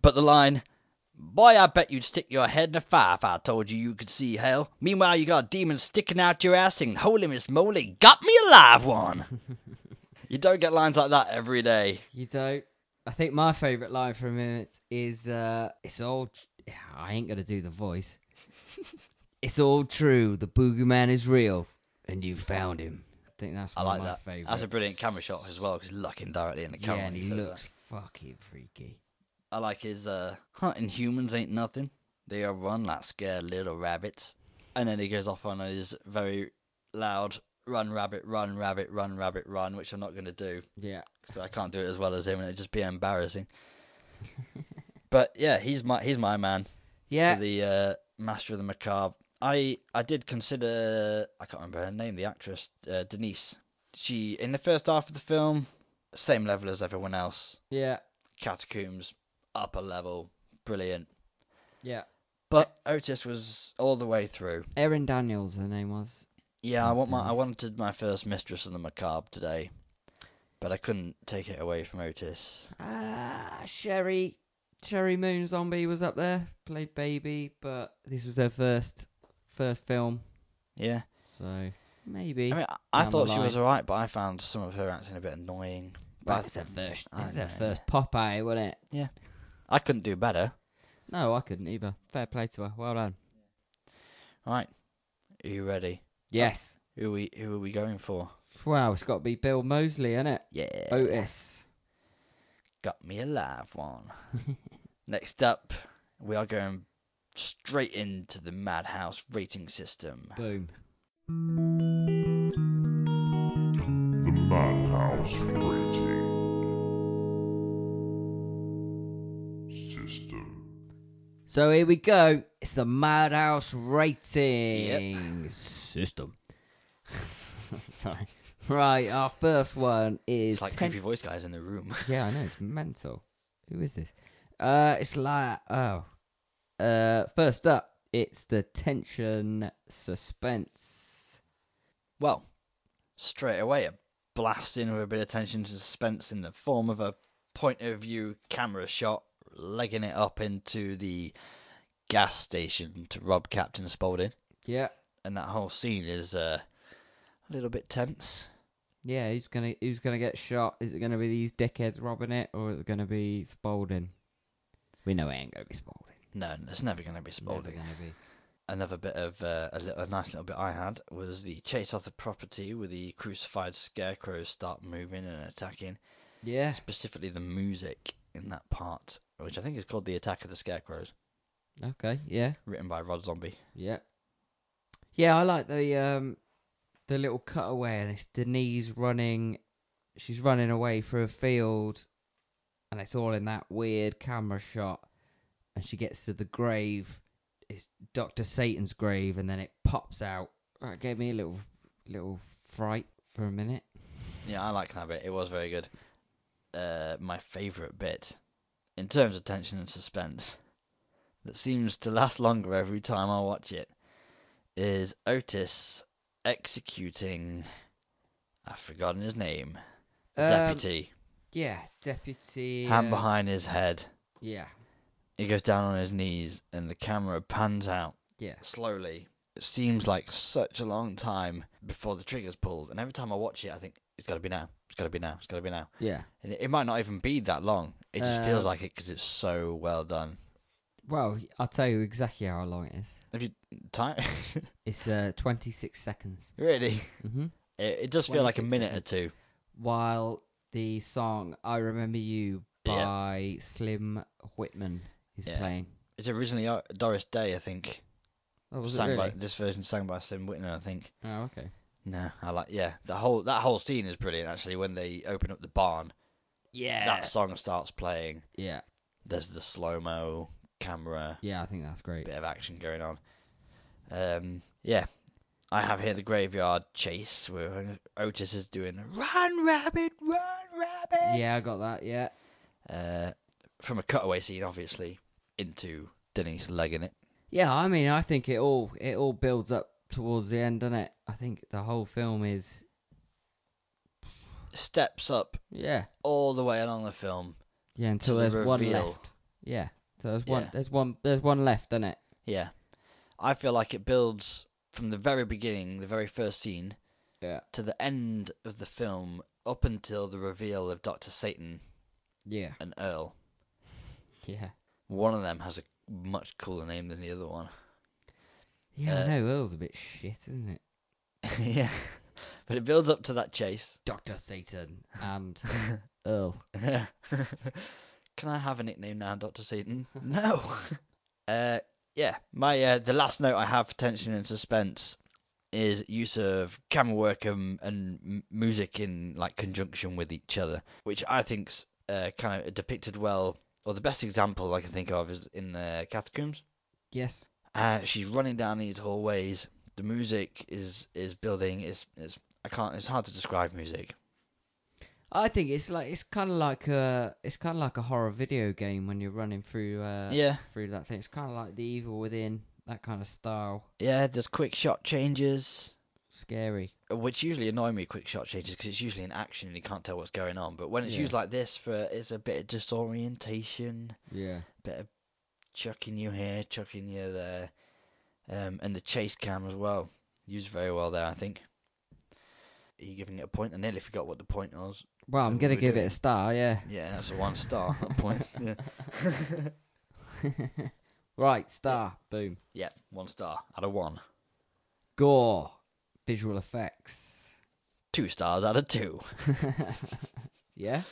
Speaker 1: But the line, Boy, I bet you'd stick your head in a fire if I told you you could see hell. Meanwhile, you got a demon sticking out your ass and holy miss moly, got me a live one. you don't get lines like that every day.
Speaker 2: you don't. I think my favourite line from him is, uh, "It's all." tr- I ain't gonna do the voice. it's all true. The boogeyman is real, and you found him. I think that's
Speaker 1: I
Speaker 2: one
Speaker 1: like
Speaker 2: of my
Speaker 1: that.
Speaker 2: favourites.
Speaker 1: That's a brilliant camera shot as well because he's looking directly in the camera.
Speaker 2: Yeah,
Speaker 1: when
Speaker 2: and he
Speaker 1: says
Speaker 2: looks
Speaker 1: that.
Speaker 2: fucking freaky.
Speaker 1: I like his uh, hunting humans ain't nothing. They are run like scared little rabbits. And then he goes off on his very loud run rabbit, run rabbit, run rabbit, run, which I'm not going to do.
Speaker 2: Yeah,
Speaker 1: so I can't do it as well as him, and it'd just be embarrassing. but yeah, he's my he's my man
Speaker 2: yeah.
Speaker 1: for the uh, master of the macabre. I I did consider I can't remember her name, the actress uh, Denise. She in the first half of the film, same level as everyone else.
Speaker 2: Yeah,
Speaker 1: Catacombs, upper level, brilliant.
Speaker 2: yeah.
Speaker 1: But Otis was all the way through.
Speaker 2: Erin Daniels, her name was.
Speaker 1: Yeah, I want my I
Speaker 2: Denise.
Speaker 1: wanted my first mistress of the macabre today, but I couldn't take it away from Otis.
Speaker 2: Ah, Sherry. Sherry Moon Zombie was up there, played Baby, but this was her first first film,
Speaker 1: Yeah.
Speaker 2: so maybe.
Speaker 1: I mean, I, I
Speaker 2: down the
Speaker 1: thought she
Speaker 2: line.
Speaker 1: was alright, but I found some of her acting a bit annoying.
Speaker 2: but
Speaker 1: But
Speaker 2: it's her first,
Speaker 1: I
Speaker 2: it's her
Speaker 1: know.
Speaker 2: first Popeye, wasn't it?
Speaker 1: I couldn't do better.
Speaker 2: No, I couldn't either. Fair play to her. Well done.
Speaker 1: Right? Are you ready?
Speaker 2: Yes.
Speaker 1: Who we who are we going for?
Speaker 2: Wow, it's got to be Bill Mosley, isn't it?
Speaker 1: Yeah,
Speaker 2: eh. Otis.
Speaker 1: got me a live one. Next up, we are going straight into the madhouse rating system.
Speaker 2: Boom.
Speaker 5: The Madhouse Rating System.
Speaker 2: So here we go. It's the Madhouse rating system. Sorry. Right, our first one is
Speaker 1: It's like
Speaker 2: ten-
Speaker 1: creepy voice guys in the room.
Speaker 2: Yeah, I know it's mental. Who is this? Uh, it's like oh, uh, first up, it's the tension suspense.
Speaker 1: well, straight away, a blast in with a bit of tension and suspense in the form of a point of view camera shot, legging it up into the gas station to rob Captain Spaulding.
Speaker 2: Yeah,
Speaker 1: And that whole scene is uh, a little bit tense.
Speaker 2: yeah. Who's gonna Who's gonna get shot? Is it gonna be these dickheads robbing it, or is it gonna be Spalding? We know it ain't gonna be Spalding.
Speaker 1: No, it's never going to be
Speaker 2: Never
Speaker 1: Spaulding.
Speaker 2: gonna be.
Speaker 1: Another bit of uh, a, little, a nice little bit I had was the chase off the property with the crucified scarecrows start moving and attacking.
Speaker 2: Yeah,
Speaker 1: Specifically, the music in that part, which I think is called "The Attack of the Scarecrows."
Speaker 2: Okay. Yeah.
Speaker 1: written by Rod Zombie.
Speaker 2: Yeah. Yeah, I like the um the little cutaway and it's Denise running she's running away through a field and it's all in that weird camera shot. And she gets to the grave, it's Doctor Satan's grave, and then it pops out. That gave me a little little fright for a minute.
Speaker 1: Yeah, I like that bit. It was very good. Uh, my favourite bit, in terms of tension and suspense, that seems to last longer every time I watch it, is Otis executing. I've forgotten his name. The
Speaker 2: Um,
Speaker 1: deputy.
Speaker 2: Yeah, deputy.
Speaker 1: Hand
Speaker 2: uh,
Speaker 1: behind his head.
Speaker 2: Yeah,
Speaker 1: He goes down on his knees, and the camera pans out
Speaker 2: yeah.
Speaker 1: slowly. It seems like such a long time before the trigger's pulled, and every time I watch it, I think it's got to be now. It's got to be now. It's got to be now.
Speaker 2: Yeah.
Speaker 1: And it, it might not even be that long. It just
Speaker 2: Uh,
Speaker 1: feels like it because it's so well done.
Speaker 2: Well, I'll tell you exactly how long it is.
Speaker 1: If you time,
Speaker 2: It's uh, 26 seconds.
Speaker 1: really,
Speaker 2: hmm
Speaker 1: it, it does feel like a
Speaker 2: 26
Speaker 1: minute or two.
Speaker 2: While the song I Remember You
Speaker 1: Yeah.
Speaker 2: by Slim Whitman is
Speaker 1: Yeah.
Speaker 2: playing.
Speaker 1: It's originally uh, Doris Day, I think.
Speaker 2: Oh, was
Speaker 1: sang
Speaker 2: it
Speaker 1: by
Speaker 2: really?
Speaker 1: this version sang by Slim Whitman, I think.
Speaker 2: Oh, okay.
Speaker 1: No, I like yeah. The whole that whole scene is brilliant actually. When they open up the barn,
Speaker 2: Yeah.
Speaker 1: that song starts playing.
Speaker 2: Yeah.
Speaker 1: There's the slow mo camera.
Speaker 2: Yeah, I think that's great.
Speaker 1: bit of action going on. Um, yeah, I have here the graveyard chase where Otis is doing the "Run, rabbit, run, rabbit"
Speaker 2: Yeah, I got that. Yeah.
Speaker 1: uh, from a cutaway scene, obviously, into Denise legging it.
Speaker 2: Yeah, I mean, I think it all it all builds up towards the end, doesn't it? I think the whole film is
Speaker 1: Steps up
Speaker 2: yeah,
Speaker 1: all the way along the film.
Speaker 2: yeah. Until
Speaker 1: the
Speaker 2: there's one
Speaker 1: reveal.
Speaker 2: left. Yeah. So there's one.
Speaker 1: Yeah.
Speaker 2: There's one. There's one left, doesn't it?
Speaker 1: Yeah, I feel like it builds from the very beginning, the very first scene,
Speaker 2: Yeah.
Speaker 1: to the end of the film, up until the reveal of Doctor Satan
Speaker 2: Yeah.
Speaker 1: and Earl.
Speaker 2: Yeah.
Speaker 1: One of them has a much cooler name than the other one.
Speaker 2: Yeah,
Speaker 1: Uh,
Speaker 2: I know Earl's a bit shit, isn't it?
Speaker 1: yeah. But it builds up to that chase.
Speaker 2: Doctor Satan and Earl.
Speaker 1: Can I have a nickname now, Doctor Satan? no. uh, yeah. My uh, the last note I have for tension and suspense is use of camera work and, and m- music in like conjunction with each other, which I think's uh, kind of depicted well. Or the best example I can think of is in the catacombs.
Speaker 2: Yes.
Speaker 1: Uh, she's running down these hallways. The music is is building. It's it's I can't. It's hard to describe music.
Speaker 2: I think it's like it's kind of like a it's kind of like a horror video game when you're running through uh
Speaker 1: yeah,
Speaker 2: through that thing. It's kind of like The Evil Within, that kind of style.
Speaker 1: yeah. There's quick shot changes,
Speaker 2: Scary.
Speaker 1: which usually annoy me. Quick shot changes because it's usually in action and you can't tell what's going on. But when it's
Speaker 2: Yeah.
Speaker 1: used like this, for it's a bit of disorientation,
Speaker 2: Yeah.
Speaker 1: bit of chucking you here, chucking you there, um, and the chase cam as well used very well there. I think. Are you giving it a point? I nearly forgot what the point was.
Speaker 2: Well, I'm
Speaker 1: Then
Speaker 2: gonna
Speaker 1: we
Speaker 2: give
Speaker 1: do.
Speaker 2: it a star. Yeah.
Speaker 1: Yeah, that's a one star that point. Yeah.
Speaker 2: Right, star. Boom.
Speaker 1: yeah, one star out of one.
Speaker 2: Gore. Visual effects.
Speaker 1: Two stars out of two.
Speaker 2: Yeah.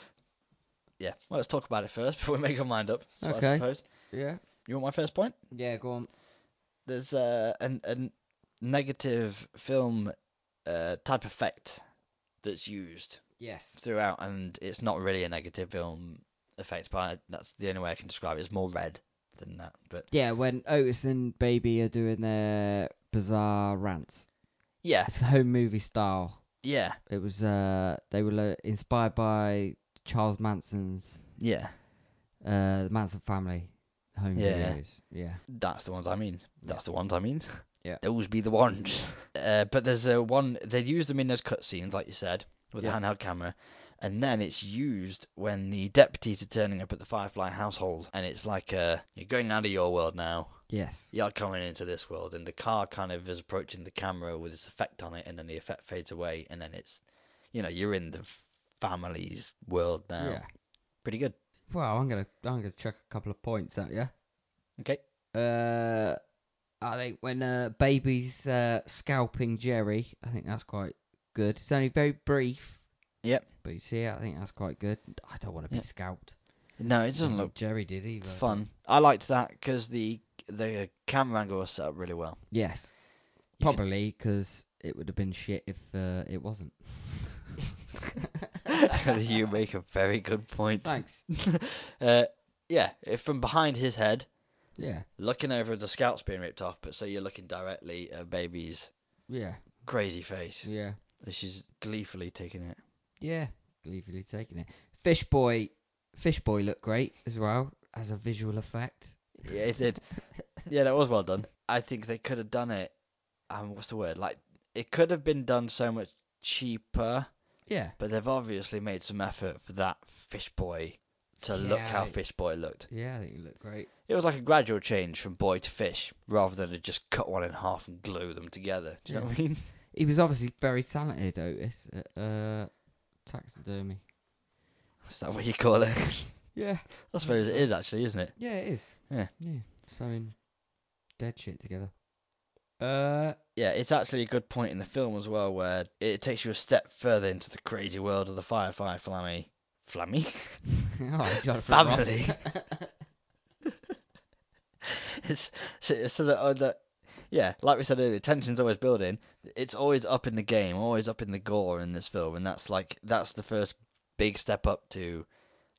Speaker 1: Yeah, well, let's talk about it first before we make our mind up. So I
Speaker 2: Okay.
Speaker 1: suppose.
Speaker 2: Yeah.
Speaker 1: You want my first point?
Speaker 2: Yeah. Go on.
Speaker 1: There's uh, an, a negative film uh, type effect that's used
Speaker 2: Yes.
Speaker 1: throughout, and it's not really a negative film effect, but I, that's the only way I can describe it. It's more red than that. But
Speaker 2: Yeah. When Otis and Baby are doing their bizarre rants,
Speaker 1: yeah,
Speaker 2: it's home movie style.
Speaker 1: yeah,
Speaker 2: It was uh they were lo- inspired by Charles Manson's
Speaker 1: yeah.
Speaker 2: uh the Manson family home
Speaker 1: Yeah.
Speaker 2: videos. Yeah.
Speaker 1: That's the ones I mean. That's the ones I mean.
Speaker 2: Yeah.
Speaker 1: Those be the ones. Uh, but there's a one they use them in those cutscenes, like you said, with
Speaker 2: Yeah.
Speaker 1: the handheld camera, and then it's used when the deputies are turning up at the Firefly household, and it's like uh, you're going out of your world now.
Speaker 2: Yes.
Speaker 1: You're coming into this world, and the car kind of is approaching the camera with its effect on it, and then the effect fades away, and then it's, you know, you're in the family's world now.
Speaker 2: Yeah.
Speaker 1: Pretty good.
Speaker 2: Well, I'm gonna I'm gonna chuck a couple of points at you.
Speaker 1: Okay.
Speaker 2: Uh, I think when uh baby's uh scalping Jerry, I think that's quite good. It's only very brief.
Speaker 1: Yep.
Speaker 2: But you see, I think that's quite good. I don't want to be
Speaker 1: Yeah.
Speaker 2: scalped.
Speaker 1: No, it doesn't look
Speaker 2: Jerry did either.
Speaker 1: fun. I liked that because the the camera angle was set up really well.
Speaker 2: Yes.
Speaker 1: You could-
Speaker 2: Probably because it would have been shit if uh, it wasn't.
Speaker 1: you make a very good point.
Speaker 2: Thanks.
Speaker 1: uh, yeah, if from behind his head,
Speaker 2: Yeah.
Speaker 1: looking over the scalp's being ripped off, but so you're looking directly at baby's
Speaker 2: Yeah.
Speaker 1: crazy face.
Speaker 2: Yeah.
Speaker 1: She's gleefully taking it.
Speaker 2: Yeah. Gleefully taking it. Fish boy. Fish boy looked great as well as a visual effect.
Speaker 1: Yeah, it did. yeah, that was well done. I think they could have done it. Um, what's the word? Like it could have been done so much cheaper,
Speaker 2: Yeah.
Speaker 1: but they've obviously made some effort for that fish boy to look how
Speaker 2: Yeah.
Speaker 1: fish boy looked.
Speaker 2: Yeah, I think it looked great.
Speaker 1: It was like a gradual change from boy to fish, rather than to just cut one in half and glue them together. Do you know what I mean?
Speaker 2: He was obviously very talented, Otis, at uh, taxidermy.
Speaker 1: Is that what you call it?
Speaker 2: Yeah.
Speaker 1: I suppose it is actually, isn't it?
Speaker 2: Yeah, it is.
Speaker 1: Yeah.
Speaker 2: Yeah. Sewing dead shit together. Uh,
Speaker 1: Yeah, it's actually a good point in the film as well, where it takes you a step further into the crazy world of the Firefly Flammy. Flammy?
Speaker 2: oh, Jonathan Ross.
Speaker 1: Family. it's, so, so that, uh, that, yeah, like we said earlier, tension's always building. It's always up in the game, always up in the gore in this film, and that's like that's the first big step up to.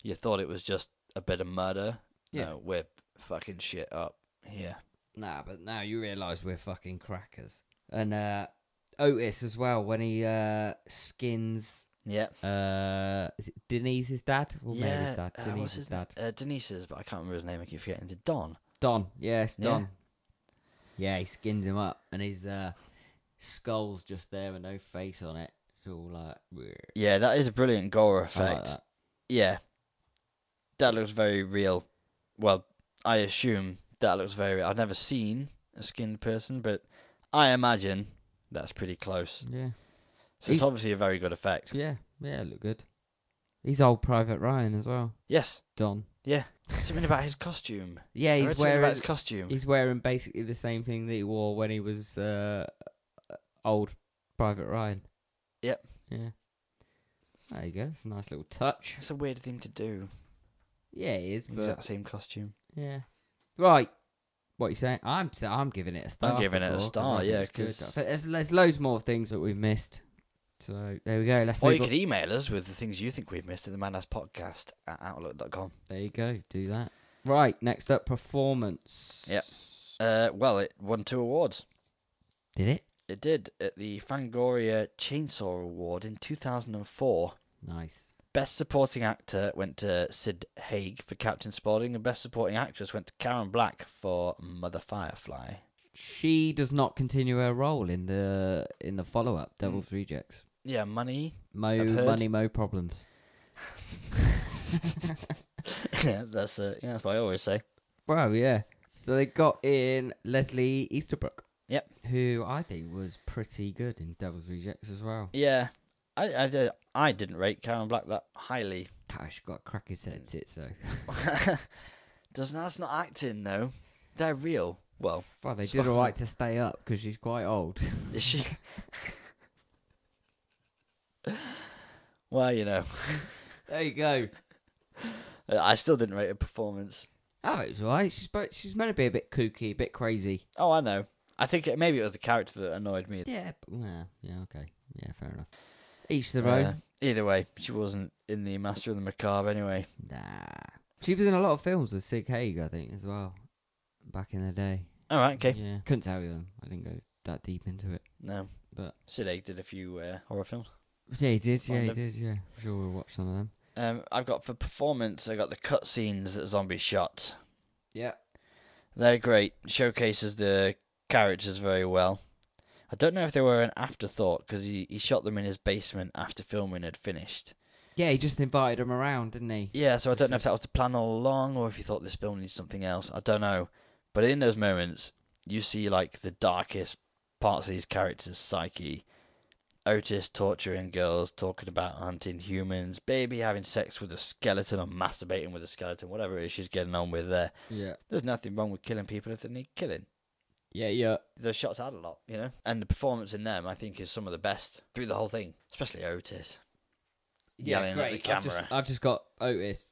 Speaker 1: You thought it was just a bit of murder.
Speaker 2: Yeah.
Speaker 1: No, we're fucking shit up here.
Speaker 2: Nah, but now you realise we're fucking crackers. And uh, Otis as well when he uh, skins.
Speaker 1: Yeah.
Speaker 2: Uh, is it Denise's dad or Mary's dad?
Speaker 1: uh, what's
Speaker 2: Denise's
Speaker 1: his
Speaker 2: dad.
Speaker 1: na- Uh, Denise's, but I can't remember his name. I keep forgetting. Is it Don?
Speaker 2: Don. Yeah, it's
Speaker 1: Yeah.
Speaker 2: Don. Yeah, he skins him up, and his uh, skull's just there with no face on it. It's all like, bleh.
Speaker 1: Yeah, that is a brilliant gore
Speaker 2: I like
Speaker 1: effect.
Speaker 2: that.
Speaker 1: yeah, that looks very real. Well, I assume that looks very. I've never seen a skinned person, but I imagine that's pretty close.
Speaker 2: Yeah,
Speaker 1: So it's
Speaker 2: He's-
Speaker 1: obviously a very good effect.
Speaker 2: yeah, yeah. it Look good. He's old Private Ryan as well.
Speaker 1: Yes.
Speaker 2: Don.
Speaker 1: Yeah. Something about his costume.
Speaker 2: Yeah,
Speaker 1: I
Speaker 2: he's
Speaker 1: read something
Speaker 2: wearing
Speaker 1: about his costume.
Speaker 2: he's wearing basically the same thing that he wore when he was uh, old Private Ryan.
Speaker 1: Yep.
Speaker 2: Yeah. There you go. It's a nice little touch.
Speaker 1: It's a weird thing to do.
Speaker 2: Yeah, it is.
Speaker 1: the
Speaker 2: But
Speaker 1: Exact same costume.
Speaker 2: yeah. Right. What you saying? I'm s- I'm giving it a star. for
Speaker 1: giving it a
Speaker 2: Gore, 'cause
Speaker 1: star,
Speaker 2: I think
Speaker 1: yeah,
Speaker 2: it's good.
Speaker 1: 'cause-
Speaker 2: But there's there's loads more things that we've missed. So there we go. Let's
Speaker 1: Or
Speaker 2: move
Speaker 1: you
Speaker 2: on.
Speaker 1: could email us with the things you think we've missed at the Manass Podcast at outlook.com.
Speaker 2: There you go. Do that. Right. Next up, performance.
Speaker 1: Yep. Uh, well, it won two awards.
Speaker 2: Did it?
Speaker 1: It did at the Fangoria Chainsaw Award in 2004.
Speaker 2: Nice.
Speaker 1: Best Supporting Actor went to Sid Haig for Captain Spaulding, and Best Supporting Actress went to Karen Black for Mother Firefly.
Speaker 2: She does not continue her role in the in the follow up Devil's Rejects.
Speaker 1: Yeah, money.
Speaker 2: Mo
Speaker 1: Hmm. I've heard.
Speaker 2: money mo problems.
Speaker 1: yeah, that's uh, yeah, that's what I always say.
Speaker 2: Wow. Yeah. So they got in Leslie Easterbrook.
Speaker 1: Yep.
Speaker 2: Who I think was pretty good in Devil's Rejects as well.
Speaker 1: Yeah, I I, did, I didn't rate Karen Black that highly.
Speaker 2: Ah, she got a cracking set of tits though.
Speaker 1: Doesn't that's not acting though? They're real. Well,
Speaker 2: Well, they
Speaker 1: It's
Speaker 2: did
Speaker 1: not-
Speaker 2: all right to stay up because she's quite old.
Speaker 1: is she? well, you know,
Speaker 2: there you go.
Speaker 1: I still didn't rate her performance.
Speaker 2: Oh, it was alright. She's but she's meant to be a bit kooky, a bit crazy.
Speaker 1: Oh, I know. I think it, maybe it was the character that annoyed me.
Speaker 2: Yeah. But, yeah. Yeah. Okay. Yeah. Fair enough. Each their
Speaker 1: Uh,
Speaker 2: own.
Speaker 1: either way, she wasn't in the Master of the Macabre anyway.
Speaker 2: Nah. She was in a lot of films with Sig Haig, I think, as well. Back in the day.
Speaker 1: All right, okay.
Speaker 2: Yeah. Couldn't tell you them. I didn't go that deep into it.
Speaker 1: No,
Speaker 2: But
Speaker 1: Sid Haig did a few uh, horror films.
Speaker 2: yeah, he did. Yeah,
Speaker 1: Find them.
Speaker 2: he did. Yeah. I'm sure we'll watch some of them.
Speaker 1: Um, I've got for performance. I got the cutscenes that Zombie shot.
Speaker 2: Yeah.
Speaker 1: They're great. Showcases the characters very well. I don't know if they were an afterthought because he, he shot them in his basement after filming had finished.
Speaker 2: Yeah, he just invited him around, didn't he?
Speaker 1: Yeah, so I don't know if
Speaker 2: Yes,
Speaker 1: that was the plan all along or if he thought this film needs something else. I don't know. But in those moments, you see like the darkest parts of these characters' psyche. Otis torturing girls, talking about hunting humans, baby having sex with a skeleton or masturbating with a skeleton, whatever it is she's getting on with there.
Speaker 2: Yeah.
Speaker 1: There's nothing wrong with killing people if they need killing.
Speaker 2: Yeah. Yeah.
Speaker 1: Those shots add a lot, you know? And the performance in them, I think, is some of the best through the whole thing, especially Otis.
Speaker 2: Yeah,
Speaker 1: Yelling at the
Speaker 2: great. I've just,
Speaker 1: camera.
Speaker 2: I've just got Otis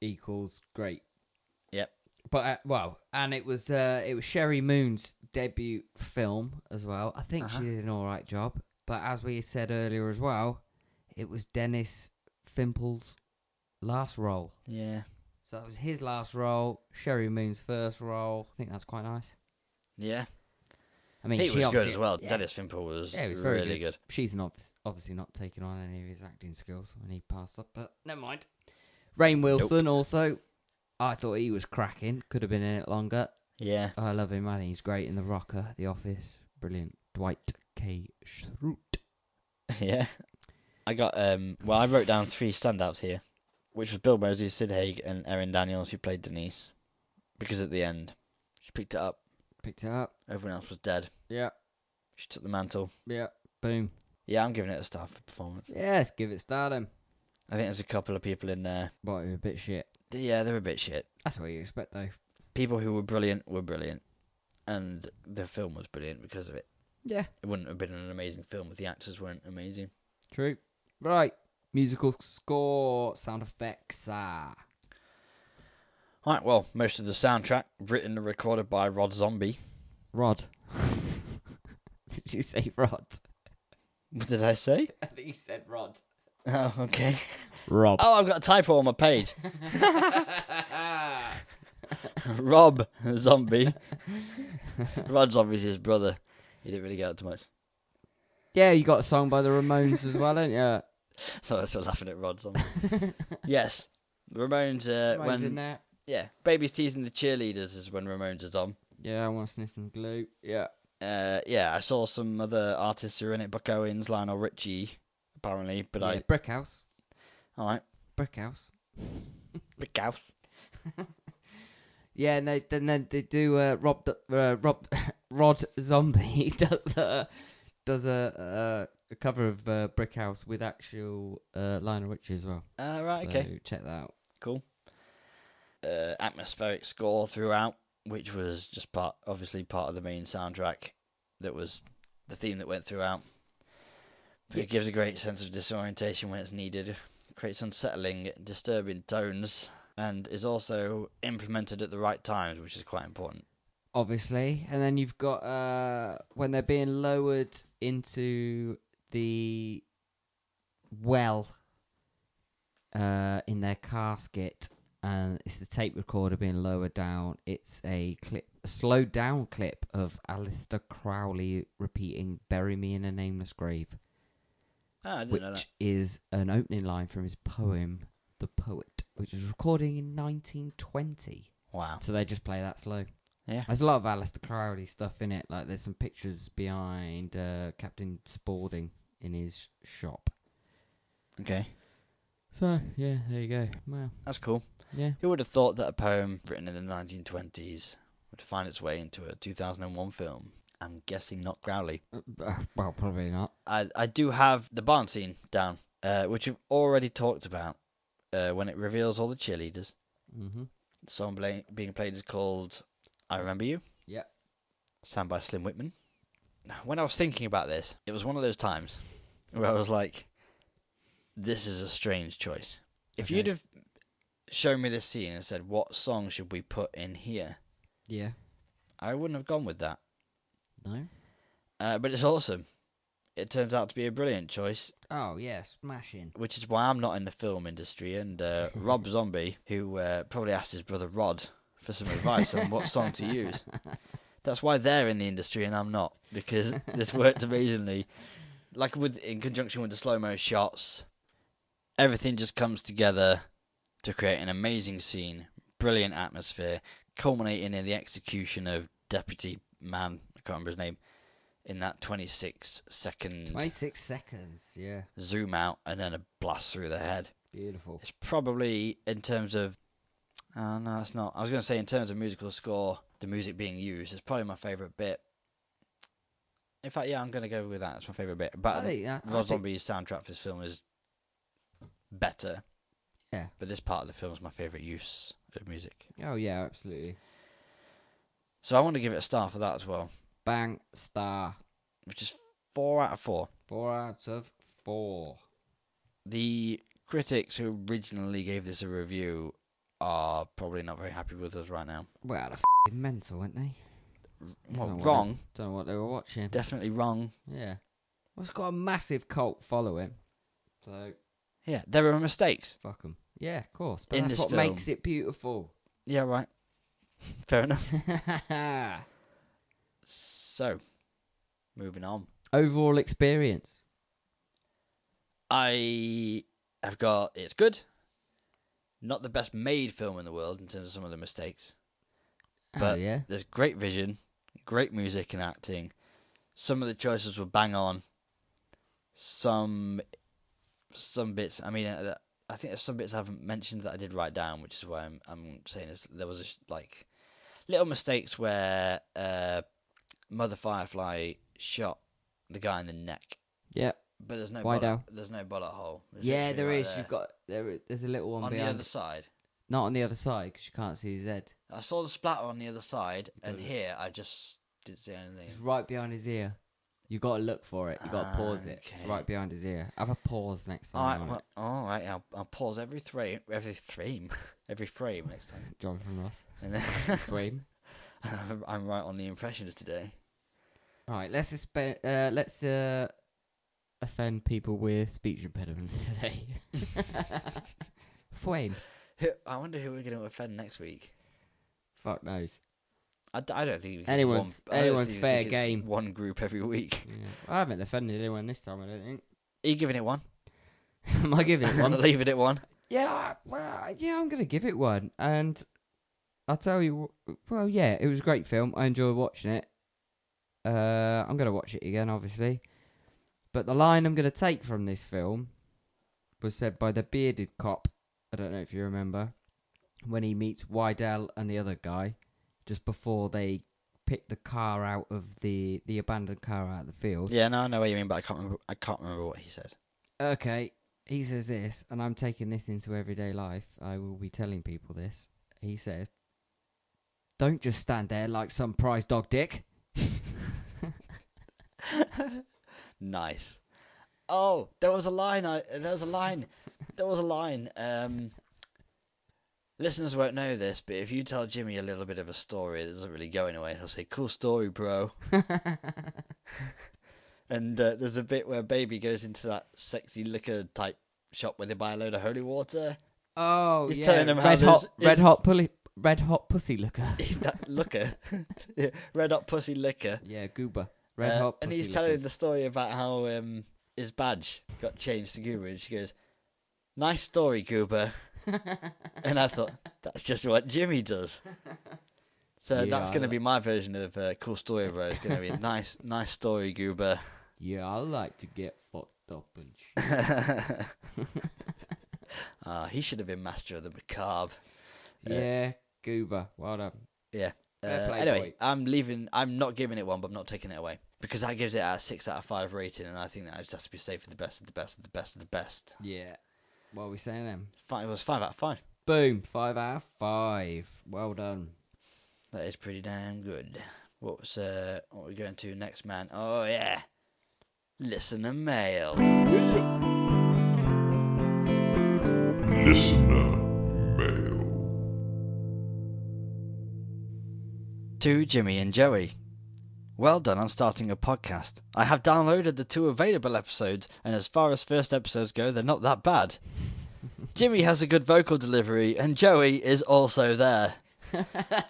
Speaker 2: equals great.
Speaker 1: Yep.
Speaker 2: But uh, well, and it was uh, it was Sherry Moon's debut film as well. I think
Speaker 1: Uh-huh.
Speaker 2: she did an all right job. But as we said earlier as well, it was Dennis Fimple's last role.
Speaker 1: Yeah.
Speaker 2: So that was his last role, Sherry Moon's first role. I think that's quite nice.
Speaker 1: Yeah.
Speaker 2: I mean,
Speaker 1: he
Speaker 2: she
Speaker 1: was good
Speaker 2: obviously-
Speaker 1: as well.
Speaker 2: yeah.
Speaker 1: Dennis Fimple was,
Speaker 2: Yeah, he was very
Speaker 1: really good.
Speaker 2: She's not obviously not taking on any of his acting skills when he passed up, but never mind. Rain Wilson also, I thought he was cracking. Could have been in it longer.
Speaker 1: Yeah.
Speaker 2: I love him. I think he's great in The Rocker, The Office. Brilliant. Dwight K. Schrute.
Speaker 1: Yeah. I got um well I wrote down three standouts here, which was Bill Moseley, Sid Haig and Erin Daniels who played Denise. Because at the end she picked it up.
Speaker 2: Picked it up.
Speaker 1: Everyone else was dead.
Speaker 2: Yeah,
Speaker 1: She took the mantle.
Speaker 2: yeah. Boom.
Speaker 1: Yeah, I'm giving it a star for performance.
Speaker 2: Yes, give it stardom.
Speaker 1: I think there's a couple of people in there.
Speaker 2: But you're a bit shit.
Speaker 1: Yeah, they're a bit shit.
Speaker 2: That's what you expect, though.
Speaker 1: People who were brilliant were brilliant. And the film was brilliant because of it.
Speaker 2: Yeah.
Speaker 1: It wouldn't have been an amazing film if the actors weren't amazing.
Speaker 2: True. Right. Musical score, sound effects. Ah.
Speaker 1: Alright, well, most of the soundtrack written and recorded by Rod Zombie.
Speaker 2: Rod. Did you say Rod?
Speaker 1: What did I say?
Speaker 2: I think you said Rod.
Speaker 1: Oh, okay.
Speaker 2: Rob.
Speaker 1: Oh, I've got a typo on my page. Rob Zombie. Rod Zombie's his brother. He didn't really get out too much.
Speaker 2: yeah, you got a song by the Ramones as well, ain't you?
Speaker 1: So I was still laughing at Rod Zombie. yes. Ramones, uh,
Speaker 2: Ramones
Speaker 1: when.
Speaker 2: in there.
Speaker 1: Yeah. Babies Teasing the Cheerleaders is when Ramones is on.
Speaker 2: Yeah, I want to sniff some glue. Yeah.
Speaker 1: Uh, yeah, I saw some other artists who are in it Buck Owens, Lionel Richie, apparently, but
Speaker 2: yeah, brick house.
Speaker 1: I. Alright.
Speaker 2: Brick house.
Speaker 1: Big house.
Speaker 2: Yeah, and they then then they do uh, Rob the- uh, Rob Rod Zombie does a does a, a, a cover of uh, Brick House with actual uh, Lionel Richie as well.
Speaker 1: Alright, Uh, okay.
Speaker 2: So check that out.
Speaker 1: cool. Uh, atmospheric score throughout, which was just part, obviously part of the main soundtrack. That was the theme that went throughout. But It gives a great sense of disorientation when it's needed, creates unsettling, disturbing tones, and is also implemented at the right times, which is quite important.
Speaker 2: Obviously, and then you've got uh, when they're being lowered into the well uh, in their casket, and it's the tape recorder being lowered down. It's a clip, a slowed down clip of Alistair Crowley repeating "Bury me in a nameless grave,"
Speaker 1: Ah, I didn't know that.
Speaker 2: which is an opening line from his poem "The Poet," which was recording in 1920.
Speaker 1: Wow.
Speaker 2: So they just play that slow.
Speaker 1: Yeah.
Speaker 2: There's a lot of Alistair Crowley stuff in it. Like there's some pictures behind uh, Captain Spaulding in his shop.
Speaker 1: Okay.
Speaker 2: So yeah, there you go. Well,
Speaker 1: That's cool.
Speaker 2: yeah.
Speaker 1: Who would have thought that a poem written in the 1920s would find its way into a 2001 film? I'm guessing not Crowley.
Speaker 2: Uh, uh, well, probably not.
Speaker 1: I I do have the barn scene down, uh, which we've already talked about. Uh, when it reveals all the cheerleaders,
Speaker 2: Mm-hmm.
Speaker 1: the song bla- being played is called "I Remember You."
Speaker 2: Yeah.
Speaker 1: Sang by Slim Whitman. When I was thinking about this, it was one of those times where I was like, "This is a strange choice." If
Speaker 2: Okay.
Speaker 1: you'd have shown me this scene and said, "What song should we put in here?"
Speaker 2: Yeah.
Speaker 1: I wouldn't have gone with that.
Speaker 2: No.
Speaker 1: Uh, but it's awesome. It turns out to be a brilliant choice.
Speaker 2: Oh yeah, smashing.
Speaker 1: which is why I'm not in the film industry. And uh, Rob Zombie, who uh, probably asked his brother Rod for some advice on what song to use, that's why they're in the industry and I'm not because this worked amazingly. Like with in conjunction with the slow mo shots, everything just comes together to create an amazing scene, brilliant atmosphere, culminating in the execution of Deputy Man. I can't remember his name. In that 26 second
Speaker 2: Twenty six seconds. Yeah.
Speaker 1: zoom out and then a blast through the head.
Speaker 2: Beautiful.
Speaker 1: It's probably in terms of. Uh, no, it's not. I was going to say in terms of musical score, the music being used is probably my favourite bit. In fact, yeah, I'm going to go with that. It's my favourite bit. But
Speaker 2: I think, I, I
Speaker 1: Rob
Speaker 2: think-
Speaker 1: Zombie's soundtrack for this film is better.
Speaker 2: Yeah.
Speaker 1: But this part of the film is my favourite use of music.
Speaker 2: Oh yeah, absolutely.
Speaker 1: So I want to give it a star for that as well,
Speaker 2: Bang star.
Speaker 1: which is four out of four.
Speaker 2: Four out of four.
Speaker 1: The critics who originally gave this a review are probably not very happy with us right now.
Speaker 2: Well, they're f***ing mental, weren't they?
Speaker 1: Well,
Speaker 2: Don't know what they-
Speaker 1: wrong.
Speaker 2: Don't know what they were watching.
Speaker 1: Definitely wrong.
Speaker 2: Yeah. Well, it's got a massive cult following. So,
Speaker 1: Yeah, there are mistakes.
Speaker 2: Fuck 'em. Yeah, of course. But
Speaker 1: In
Speaker 2: that's
Speaker 1: this
Speaker 2: what
Speaker 1: film.
Speaker 2: makes it beautiful.
Speaker 1: Yeah, right. Fair enough. So, moving on.
Speaker 2: Overall experience.
Speaker 1: I have got it's good. Not the best made film in the world in terms of some of the mistakes,
Speaker 2: oh,
Speaker 1: but
Speaker 2: yeah.
Speaker 1: there's great vision, great music and acting. Some of the choices were bang on. Some, some bits. I mean, uh, I think there's some bits I haven't mentioned that I did write down, which is why I'm I'm saying this. There was a, sh- like little mistakes where uh, Mother Firefly shot the guy in the neck,
Speaker 2: Yeah.
Speaker 1: but there's no
Speaker 2: Why
Speaker 1: bullet,
Speaker 2: now?
Speaker 1: there's no bullet hole. It's
Speaker 2: Yeah,
Speaker 1: literally
Speaker 2: there
Speaker 1: right
Speaker 2: is. You've got there. i- There's a little one
Speaker 1: on the
Speaker 2: behind.
Speaker 1: other side.
Speaker 2: Not on the other side because you can't see his head.
Speaker 1: I saw the splatter on the other side, and
Speaker 2: got it.
Speaker 1: here I just didn't see anything.
Speaker 2: It's right behind his ear. You got to look for it. You got to pause it. It's
Speaker 1: Ah, Okay.
Speaker 2: right behind his ear. Have a pause next
Speaker 1: All right,
Speaker 2: time. on
Speaker 1: well,
Speaker 2: it.
Speaker 1: all right. I'll, I'll pause every frame, every frame, every frame next time.
Speaker 2: Jonathan Ross.
Speaker 1: And then
Speaker 2: Frame.
Speaker 1: I'm- I'm right on the impressions today.
Speaker 2: All right. Let's expe- uh, let's uh, offend people with speech impediments today. Frame.
Speaker 1: Who- I wonder who we're going to offend next week.
Speaker 2: Fuck knows.
Speaker 1: I, d- I don't think it's
Speaker 2: Anyone's-
Speaker 1: one, I don't
Speaker 2: anyone's
Speaker 1: think-
Speaker 2: fair
Speaker 1: think it's
Speaker 2: game.
Speaker 1: One group every week.
Speaker 2: Yeah. I haven't offended anyone this time. I don't think.
Speaker 1: Are you giving it one?
Speaker 2: Am I giving it one?
Speaker 1: I'm leaving it one.
Speaker 2: Yeah, well, yeah, I'm gonna give it one, and I'll tell you. wh- Well, yeah, it was a great film. I enjoyed watching it. Uh, I'm gonna watch it again, obviously. But the line I'm gonna take from this film was said by the bearded cop. I don't know if you remember when he meets Wydell and the other guy just before they pick the car out of the the abandoned car out of the field.
Speaker 1: Yeah, no, I know what you mean, but I can't remember. I can't remember what he says.
Speaker 2: okay, he says this, and I'm taking this into everyday life. I will be telling people this. He says, "Don't just stand there like some prize dog, dick."
Speaker 1: Nice. Oh, there was a line. I there was a line. there was a line. Um, listeners won't know this, but if you tell Jimmy a little bit of a story, it doesn't really go anywhere. He'll say, "Cool story, bro." and uh, there's a bit where Baby goes into that sexy liquor type shop where they buy a load of holy water.
Speaker 2: Oh,
Speaker 1: He's
Speaker 2: yeah.
Speaker 1: telling him how
Speaker 2: red
Speaker 1: there's-
Speaker 2: hot, red
Speaker 1: is-
Speaker 2: hot pulley, red hot pussy looker.
Speaker 1: that liquor, Yeah, red hot pussy liquor.
Speaker 2: yeah, goober, red
Speaker 1: Uh,
Speaker 2: hot.
Speaker 1: and
Speaker 2: pussy
Speaker 1: he's telling
Speaker 2: lickers.
Speaker 1: the story about how um, his badge got changed to Goober, and she goes, "Nice story, Goober." and I thought that's just what Jimmy does. So
Speaker 2: Yeah,
Speaker 1: that's
Speaker 2: I
Speaker 1: going to
Speaker 2: like-
Speaker 1: be my version of uh, cool story, bro. It's going to be nice, nice story, Goober.
Speaker 2: Yeah, I like to get fucked up and shit.
Speaker 1: Ah, he should have been master of the macabre.
Speaker 2: yeah, goober. Well done.
Speaker 1: Yeah. Uh,
Speaker 2: Fair play,
Speaker 1: anyway,
Speaker 2: boy.
Speaker 1: I'm leaving. I'm not giving it one, but I'm not taking it away because that gives it a six out of five rating, and I think that just has to be safe for the best of the best of the best of the best.
Speaker 2: Yeah. What are we saying then?
Speaker 1: Five, it was five out of five.
Speaker 2: Boom, five out of five. Well done.
Speaker 1: That is pretty damn good. What's uh what we going to next, man? Oh yeah, listener mail.
Speaker 5: Listener Mail.
Speaker 1: To Jimmy and Joey. Well done on starting a podcast. I have downloaded the two available episodes, and as far as first episodes go, they're not that bad. Jimmy has a good vocal delivery, and Joey is also there.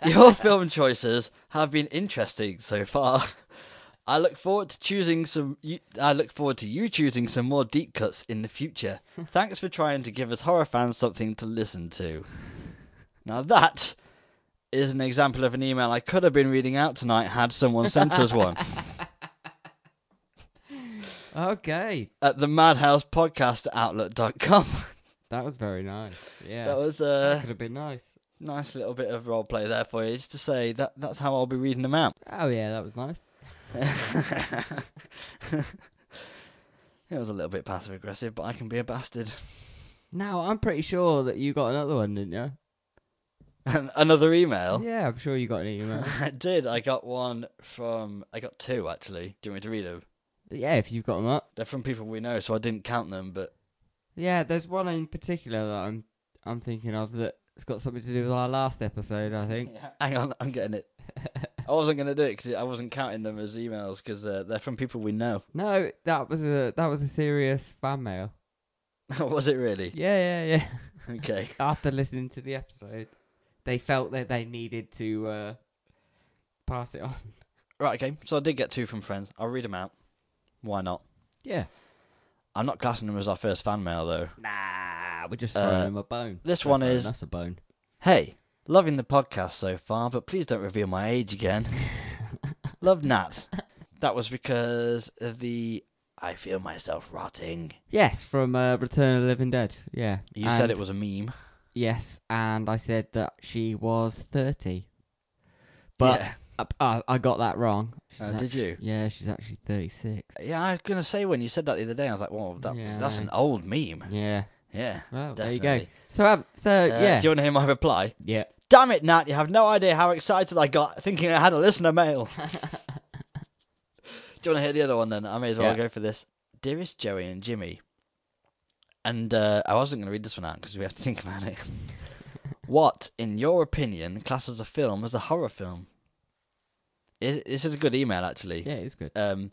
Speaker 1: Your film choices have been interesting so far. I look forward to choosing some. You, I look forward to you choosing some more deep cuts in the future. Thanks for trying to give us horror fans something to listen to. Now that is an example of an email I could have been reading out tonight had someone sent us one
Speaker 2: Okay.
Speaker 1: at the Madhouse Podcast Outlook.com.
Speaker 2: That was very nice. Yeah.
Speaker 1: That was uh,
Speaker 2: That
Speaker 1: a
Speaker 2: could have been nice.
Speaker 1: nice little bit of role play there for you, just to say that that's how I'll be reading them out.
Speaker 2: Oh yeah, that was nice.
Speaker 1: It was a little bit passive aggressive, but I can be a bastard.
Speaker 2: Now I'm pretty sure that you got another one, didn't you?
Speaker 1: Another email.
Speaker 2: Yeah, I'm sure you got an email.
Speaker 1: I did. I got one from. I got two actually. Do you want me to read them?
Speaker 2: yeah, if you've got them up.
Speaker 1: They're from people we know, so I didn't count them. But
Speaker 2: Yeah, there's one in particular that I'm I'm thinking of that's got something to do with our last episode. I think.
Speaker 1: hang on, I'm getting it. I wasn't gonna do it because I wasn't counting them as emails because uh, they're from people we know.
Speaker 2: No, that was a that was a serious fan mail.
Speaker 1: was it really?
Speaker 2: Yeah, yeah, yeah.
Speaker 1: Okay.
Speaker 2: After listening to the episode, they felt that they needed to uh, pass it on.
Speaker 1: Right, okay. So I did get two from friends. I'll read them out. Why not?
Speaker 2: Yeah.
Speaker 1: I'm not classing them as our first fan mail, though.
Speaker 2: Nah, we're just
Speaker 1: Uh,
Speaker 2: throwing them a bone.
Speaker 1: this
Speaker 2: They're
Speaker 1: one
Speaker 2: throwing
Speaker 1: is-
Speaker 2: us a bone.
Speaker 1: Hey, loving the podcast so far, but please don't reveal my age again. Love Nat. That was because of the I feel myself rotting.
Speaker 2: Yes, from uh, Return of the Living Dead. Yeah.
Speaker 1: You said
Speaker 2: And-
Speaker 1: it was a meme.
Speaker 2: Yes, and I said that she was 30. But
Speaker 1: Yeah.
Speaker 2: I, I, I got that wrong. She's
Speaker 1: Uh, did
Speaker 2: actu-
Speaker 1: you?
Speaker 2: Yeah, she's actually 36.
Speaker 1: Yeah, I was gonna say when you said that the other day, I was like, "Well, that,
Speaker 2: Yeah.
Speaker 1: that's an old meme."
Speaker 2: Yeah.
Speaker 1: Yeah.
Speaker 2: Well, there you go.
Speaker 1: Definitely.
Speaker 2: So, um, so
Speaker 1: Uh,
Speaker 2: yeah.
Speaker 1: Do you want to hear my reply?
Speaker 2: yeah.
Speaker 1: Damn it, Nat! You have no idea how excited I got thinking I had a listener mail. do you want to hear the other one then? I may as well
Speaker 2: Yeah.
Speaker 1: go for this. Dearest Joey and Jimmy, and uh, I wasn't going to read this one out because we have to think about it. what, in your opinion, classes a film as a horror film? Is this is a good email actually?
Speaker 2: Yeah, it's good.
Speaker 1: Um,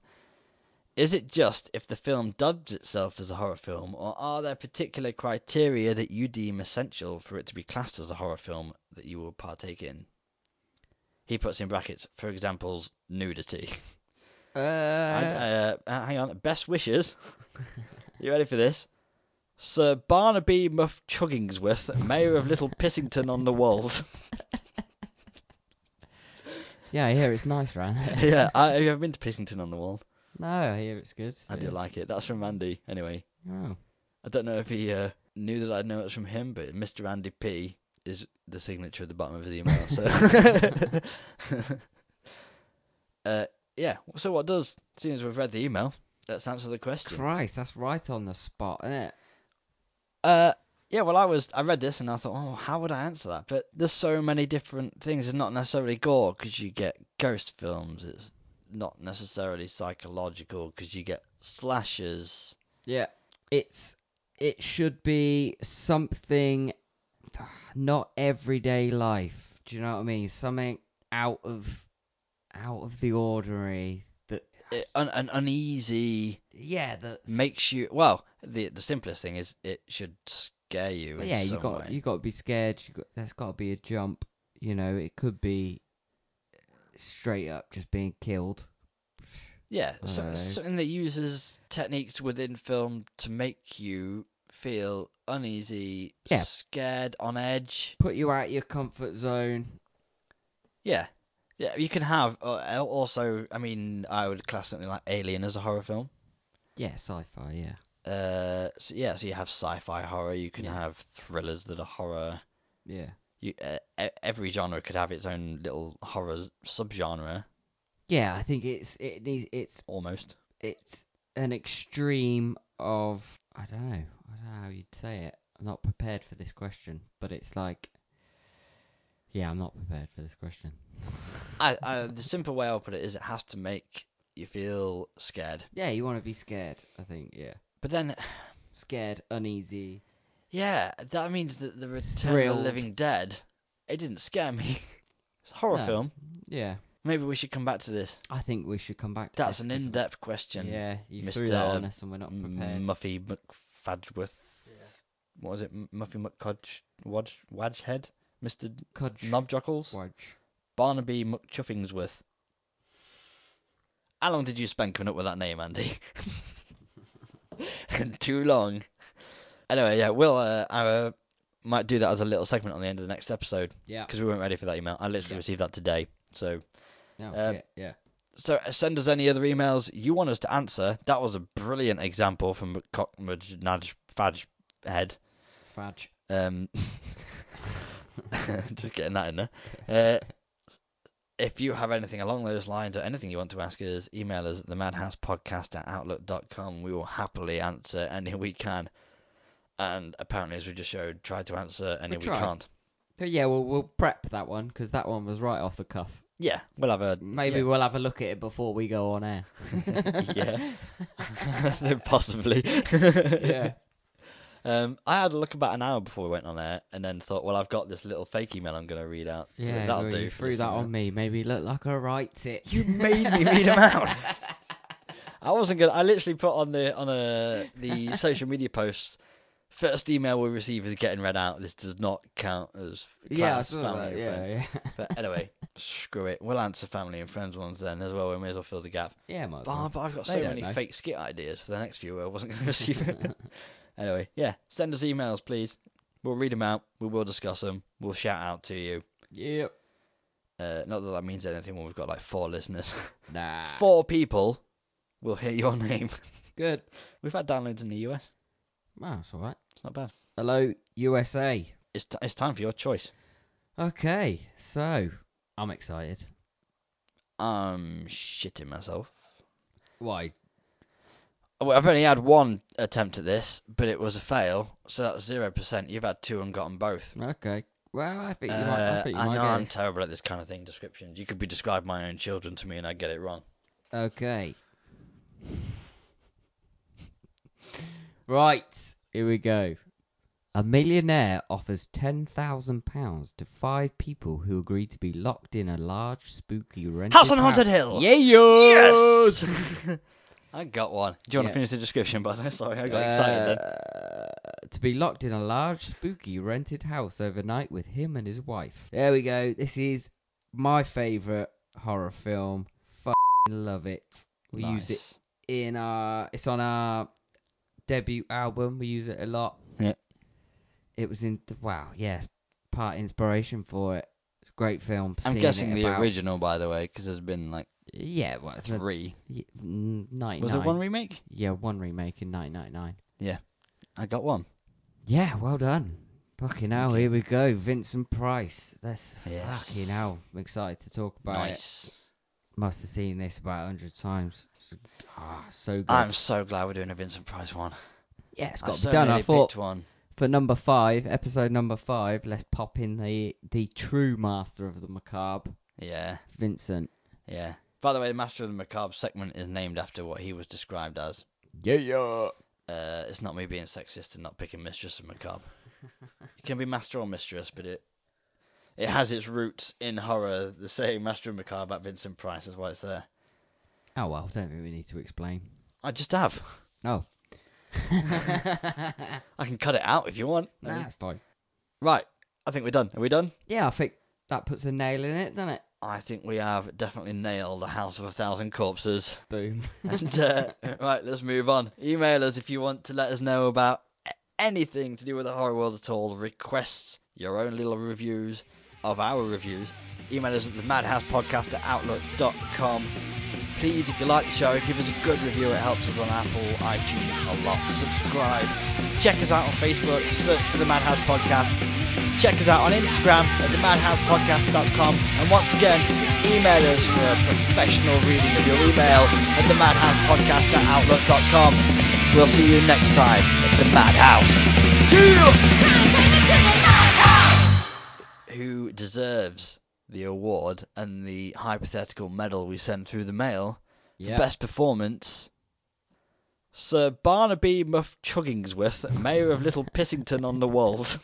Speaker 1: is it just if the film dubs itself as a horror film, or are there particular criteria that you deem essential for it to be classed as a horror film that you will partake in? He puts in brackets, for example, nudity.
Speaker 2: Uh,
Speaker 1: And, uh, uh, hang on, best wishes. you ready for this? Sir Barnaby Muff Chuggingsworth, Mayor of Little Pissington on the Wold.
Speaker 2: yeah, I hear it's nice, Ran.
Speaker 1: yeah, I, have you ever been to Pissington on the Wold?
Speaker 2: no, I hear it's good.
Speaker 1: I do
Speaker 2: Yeah.
Speaker 1: like it. That's from Andy, anyway.
Speaker 2: Oh.
Speaker 1: I don't know if he uh, knew that I know it's from him, but Mr. Andy P is the signature at the bottom of the email. So, uh, yeah. So what does? Seeing as we've read the email, let's answer the question.
Speaker 2: Christ, that's right on the spot, isn't it?
Speaker 1: Uh, yeah. Well, I was I read this and I thought, oh, how would I answer that? But there's so many different things. It's not necessarily gore because you get ghost films. It's not necessarily psychological because you get slashes.
Speaker 2: Yeah. It's it should be something not everyday life. Do you know what I mean? Something out of out of the ordinary that
Speaker 1: It, an, an uneasy.
Speaker 2: yeah, that
Speaker 1: makes you well the the simplest thing is it should scare you in
Speaker 2: yeah, you
Speaker 1: some
Speaker 2: got
Speaker 1: way.
Speaker 2: you got to be scared. You got there's got to be a jump, you know, it could be straight up just being killed.
Speaker 1: yeah so,
Speaker 2: Alright.
Speaker 1: something that uses techniques within film to make you feel uneasy
Speaker 2: Yeah.
Speaker 1: scared on edge
Speaker 2: Put you out your comfort zone.
Speaker 1: yeah yeah you can have uh, also i mean i would class something like alien as a horror film
Speaker 2: Yeah, sci-fi, yeah.
Speaker 1: uh so yeah so you have sci-fi horror you can
Speaker 2: Yeah.
Speaker 1: have thrillers that are horror
Speaker 2: Yeah.
Speaker 1: you, uh, e- every genre could have its own little horror subgenre
Speaker 2: Yeah, I think it's it needs it's
Speaker 1: almost
Speaker 2: it's an extreme of I don't know. I don't know how you'd say it. I'm not prepared for this question, but it's like yeah, I'm not prepared for this question.
Speaker 1: I, I, the simple way I'll put it is it has to make you feel scared.
Speaker 2: Yeah, you want to be scared. I think yeah,
Speaker 1: But then,
Speaker 2: scared, uneasy.
Speaker 1: yeah, that means that the Return of
Speaker 2: Thrilled.
Speaker 1: the Living Dead, it didn't scare me. It's a horror
Speaker 2: No.
Speaker 1: film.
Speaker 2: Yeah,
Speaker 1: Maybe we should come back to this.
Speaker 2: I think we should come back. to
Speaker 1: That's
Speaker 2: this
Speaker 1: an
Speaker 2: 'cause-
Speaker 1: in-depth question.
Speaker 2: Yeah, you
Speaker 1: Mr.
Speaker 2: threw that on us and we're not prepared.
Speaker 1: Muffy McFadgeworth. What was it? M- Muffy McCodge... Wadge, Wadgehead? Mr.
Speaker 2: Cudge.
Speaker 1: Knobjockles?
Speaker 2: Wudge.
Speaker 1: Barnaby McChuffingsworth. How long did you spend coming up with that name, Andy? Too long. Anyway, yeah, we'll uh, I, uh, might do that as a little segment on the end of the next episode
Speaker 2: Yeah.
Speaker 1: because we weren't ready for that email. I literally
Speaker 2: Yeah.
Speaker 1: received that today, so
Speaker 2: No
Speaker 1: uh,
Speaker 2: Oh, shit. Yeah.
Speaker 1: so uh, send us any other emails you want us to answer. That was a brilliant example from Cockmudge Fadge Head.
Speaker 2: Fudge.
Speaker 1: Um, just getting that in there. Uh, if you have anything along those lines or anything you want to ask us, email us at the madhousepodcast at outlook.com. We will happily answer any we can. And apparently, as we just showed, try to answer any
Speaker 2: We
Speaker 1: we,
Speaker 2: tried.
Speaker 1: can't.
Speaker 2: So yeah, well we'll prep that one because that one was right off the cuff.
Speaker 1: Yeah, we'll have a.
Speaker 2: Maybe we'll have a look at it before we go on air.
Speaker 1: Yeah. yeah. Possibly.
Speaker 2: yeah.
Speaker 1: Um, I had a look about an hour before we went on air and then thought, well, I've got this little fake email I'm going to read out. So
Speaker 2: Yeah,
Speaker 1: that'll
Speaker 2: well,
Speaker 1: do.
Speaker 2: you
Speaker 1: for
Speaker 2: threw
Speaker 1: this
Speaker 2: that
Speaker 1: email.
Speaker 2: on me. Maybe look like I write it.
Speaker 1: You made me read them out. I wasn't gonna. I literally put on the on a the social media posts. First email we receive is getting read out. This does not count as
Speaker 2: Yeah, I
Speaker 1: class,
Speaker 2: saw
Speaker 1: family,
Speaker 2: that.
Speaker 1: and
Speaker 2: Yeah,
Speaker 1: friends.
Speaker 2: yeah.
Speaker 1: But anyway, screw it. We'll answer family and friends ones then as well. We may as well fill the gap.
Speaker 2: yeah, might as
Speaker 1: But
Speaker 2: well.
Speaker 1: I've, I've got
Speaker 2: They
Speaker 1: so
Speaker 2: don't
Speaker 1: many
Speaker 2: know.
Speaker 1: fake skit ideas for the next few. I wasn't going to receive it. anyway, yeah, send us emails, please. We'll read them out. We will discuss them. We'll shout out to you.
Speaker 2: Yep.
Speaker 1: Uh, not that that means anything when we've got like four listeners.
Speaker 2: Nah.
Speaker 1: four people will hear your name.
Speaker 2: Good.
Speaker 1: We've had downloads in the US.
Speaker 2: Wow, that's all right.
Speaker 1: It's not bad.
Speaker 2: Hello, USA.
Speaker 1: It's t- it's time for your choice.
Speaker 2: Okay, so I'm excited.
Speaker 1: I'm shitting myself.
Speaker 2: Why?
Speaker 1: Well, I've only had one attempt at this, but it was a fail. So that's zero percent. You've had two and gotten both.
Speaker 2: Okay. Well, I think you might.
Speaker 1: Uh,
Speaker 2: I think you
Speaker 1: I know
Speaker 2: might
Speaker 1: I'm
Speaker 2: get
Speaker 1: terrible at this kind of thing. Descriptions. You could be describing my own children to me, and I would get it wrong.
Speaker 2: it. Okay. right. Here we go. A millionaire offers ten thousand pounds to five people who agree to be locked in a large, spooky rented
Speaker 1: House on Haunted Hill.
Speaker 2: Yeah.
Speaker 1: Yes. I got one. Do you want
Speaker 2: Yeah. Uh,
Speaker 1: to finish the description? By the way, sorry, I got excited. Then.
Speaker 2: To be locked in a large, spooky rented house overnight with him and his wife. There we go. This is my favourite horror film. F***ing love it. We use it
Speaker 1: Nice.
Speaker 2: in our. It's on our debut album. We use it a lot.
Speaker 1: Yeah.
Speaker 2: It was in. Wow. Yes. part inspiration for it. It's a great film.
Speaker 1: I'm
Speaker 2: seeing
Speaker 1: guessing
Speaker 2: it
Speaker 1: the
Speaker 2: about-
Speaker 1: original, by the way, because there's been like
Speaker 2: Yeah. Well, it's a,
Speaker 1: three.
Speaker 2: y- n- 99.
Speaker 1: Was it one remake?
Speaker 2: Yeah, one remake in 1999.
Speaker 1: I got one.
Speaker 2: Yeah, well done. Fucking hell, here we go. Vincent Price. That's
Speaker 1: Yes.
Speaker 2: fucking hell. I'm excited to talk about it.
Speaker 1: nice.
Speaker 2: Must have seen this about a hundred times. Ah, so good.
Speaker 1: I'm so glad we're doing a Vincent Price one.
Speaker 2: yeah, it's
Speaker 1: I
Speaker 2: got to
Speaker 1: so
Speaker 2: be done. I
Speaker 1: nearly
Speaker 2: thought
Speaker 1: picked one.
Speaker 2: for number five, episode number five, let's pop in the the true master of the macabre,
Speaker 1: Yeah,
Speaker 2: Vincent.
Speaker 1: yeah. By the way, the Master of the Macabre segment is named after what he was described as.
Speaker 2: Yeah, yeah.
Speaker 1: Uh, it's not me being sexist and not picking Mistress of Macabre. you can be Master or Mistress, but it it has its roots in horror. The same Master of Macabre about Vincent Price is why it's there.
Speaker 2: Oh well, don't think we need to explain.
Speaker 1: I just have.
Speaker 2: Oh,
Speaker 1: I can cut it out if you want.
Speaker 2: no, that's fine.
Speaker 1: Right, I think we're done. Are we done?
Speaker 2: Yeah, I think that puts a nail in it, doesn't it?
Speaker 1: I think we have definitely nailed the House of a Thousand Corpses.
Speaker 2: Boom.
Speaker 1: and uh, right, let's move on. Email us if you want to let us know about a- anything to do with the horror world at all. Requests your own little reviews of our reviews. Email us at the Madhouse Podcast at outlook.com. Please, if you like the show, give us a good review. It helps us on Apple, iTunes a lot. Subscribe. Check us out on Facebook. Search for the Madhouse Podcast. Check us out on Instagram at the madhousepodcast.com. And once again, email us for a professional reading of your email at the madhousepodcast at outlook.com. We'll see you next time at the Madhouse. Who deserves the award and the hypothetical medal we send through the mail?
Speaker 2: Yeah.
Speaker 1: Best performance. Sir Barnaby Muff Chuggingsworth, Mayor of Little Pissington on the Wold.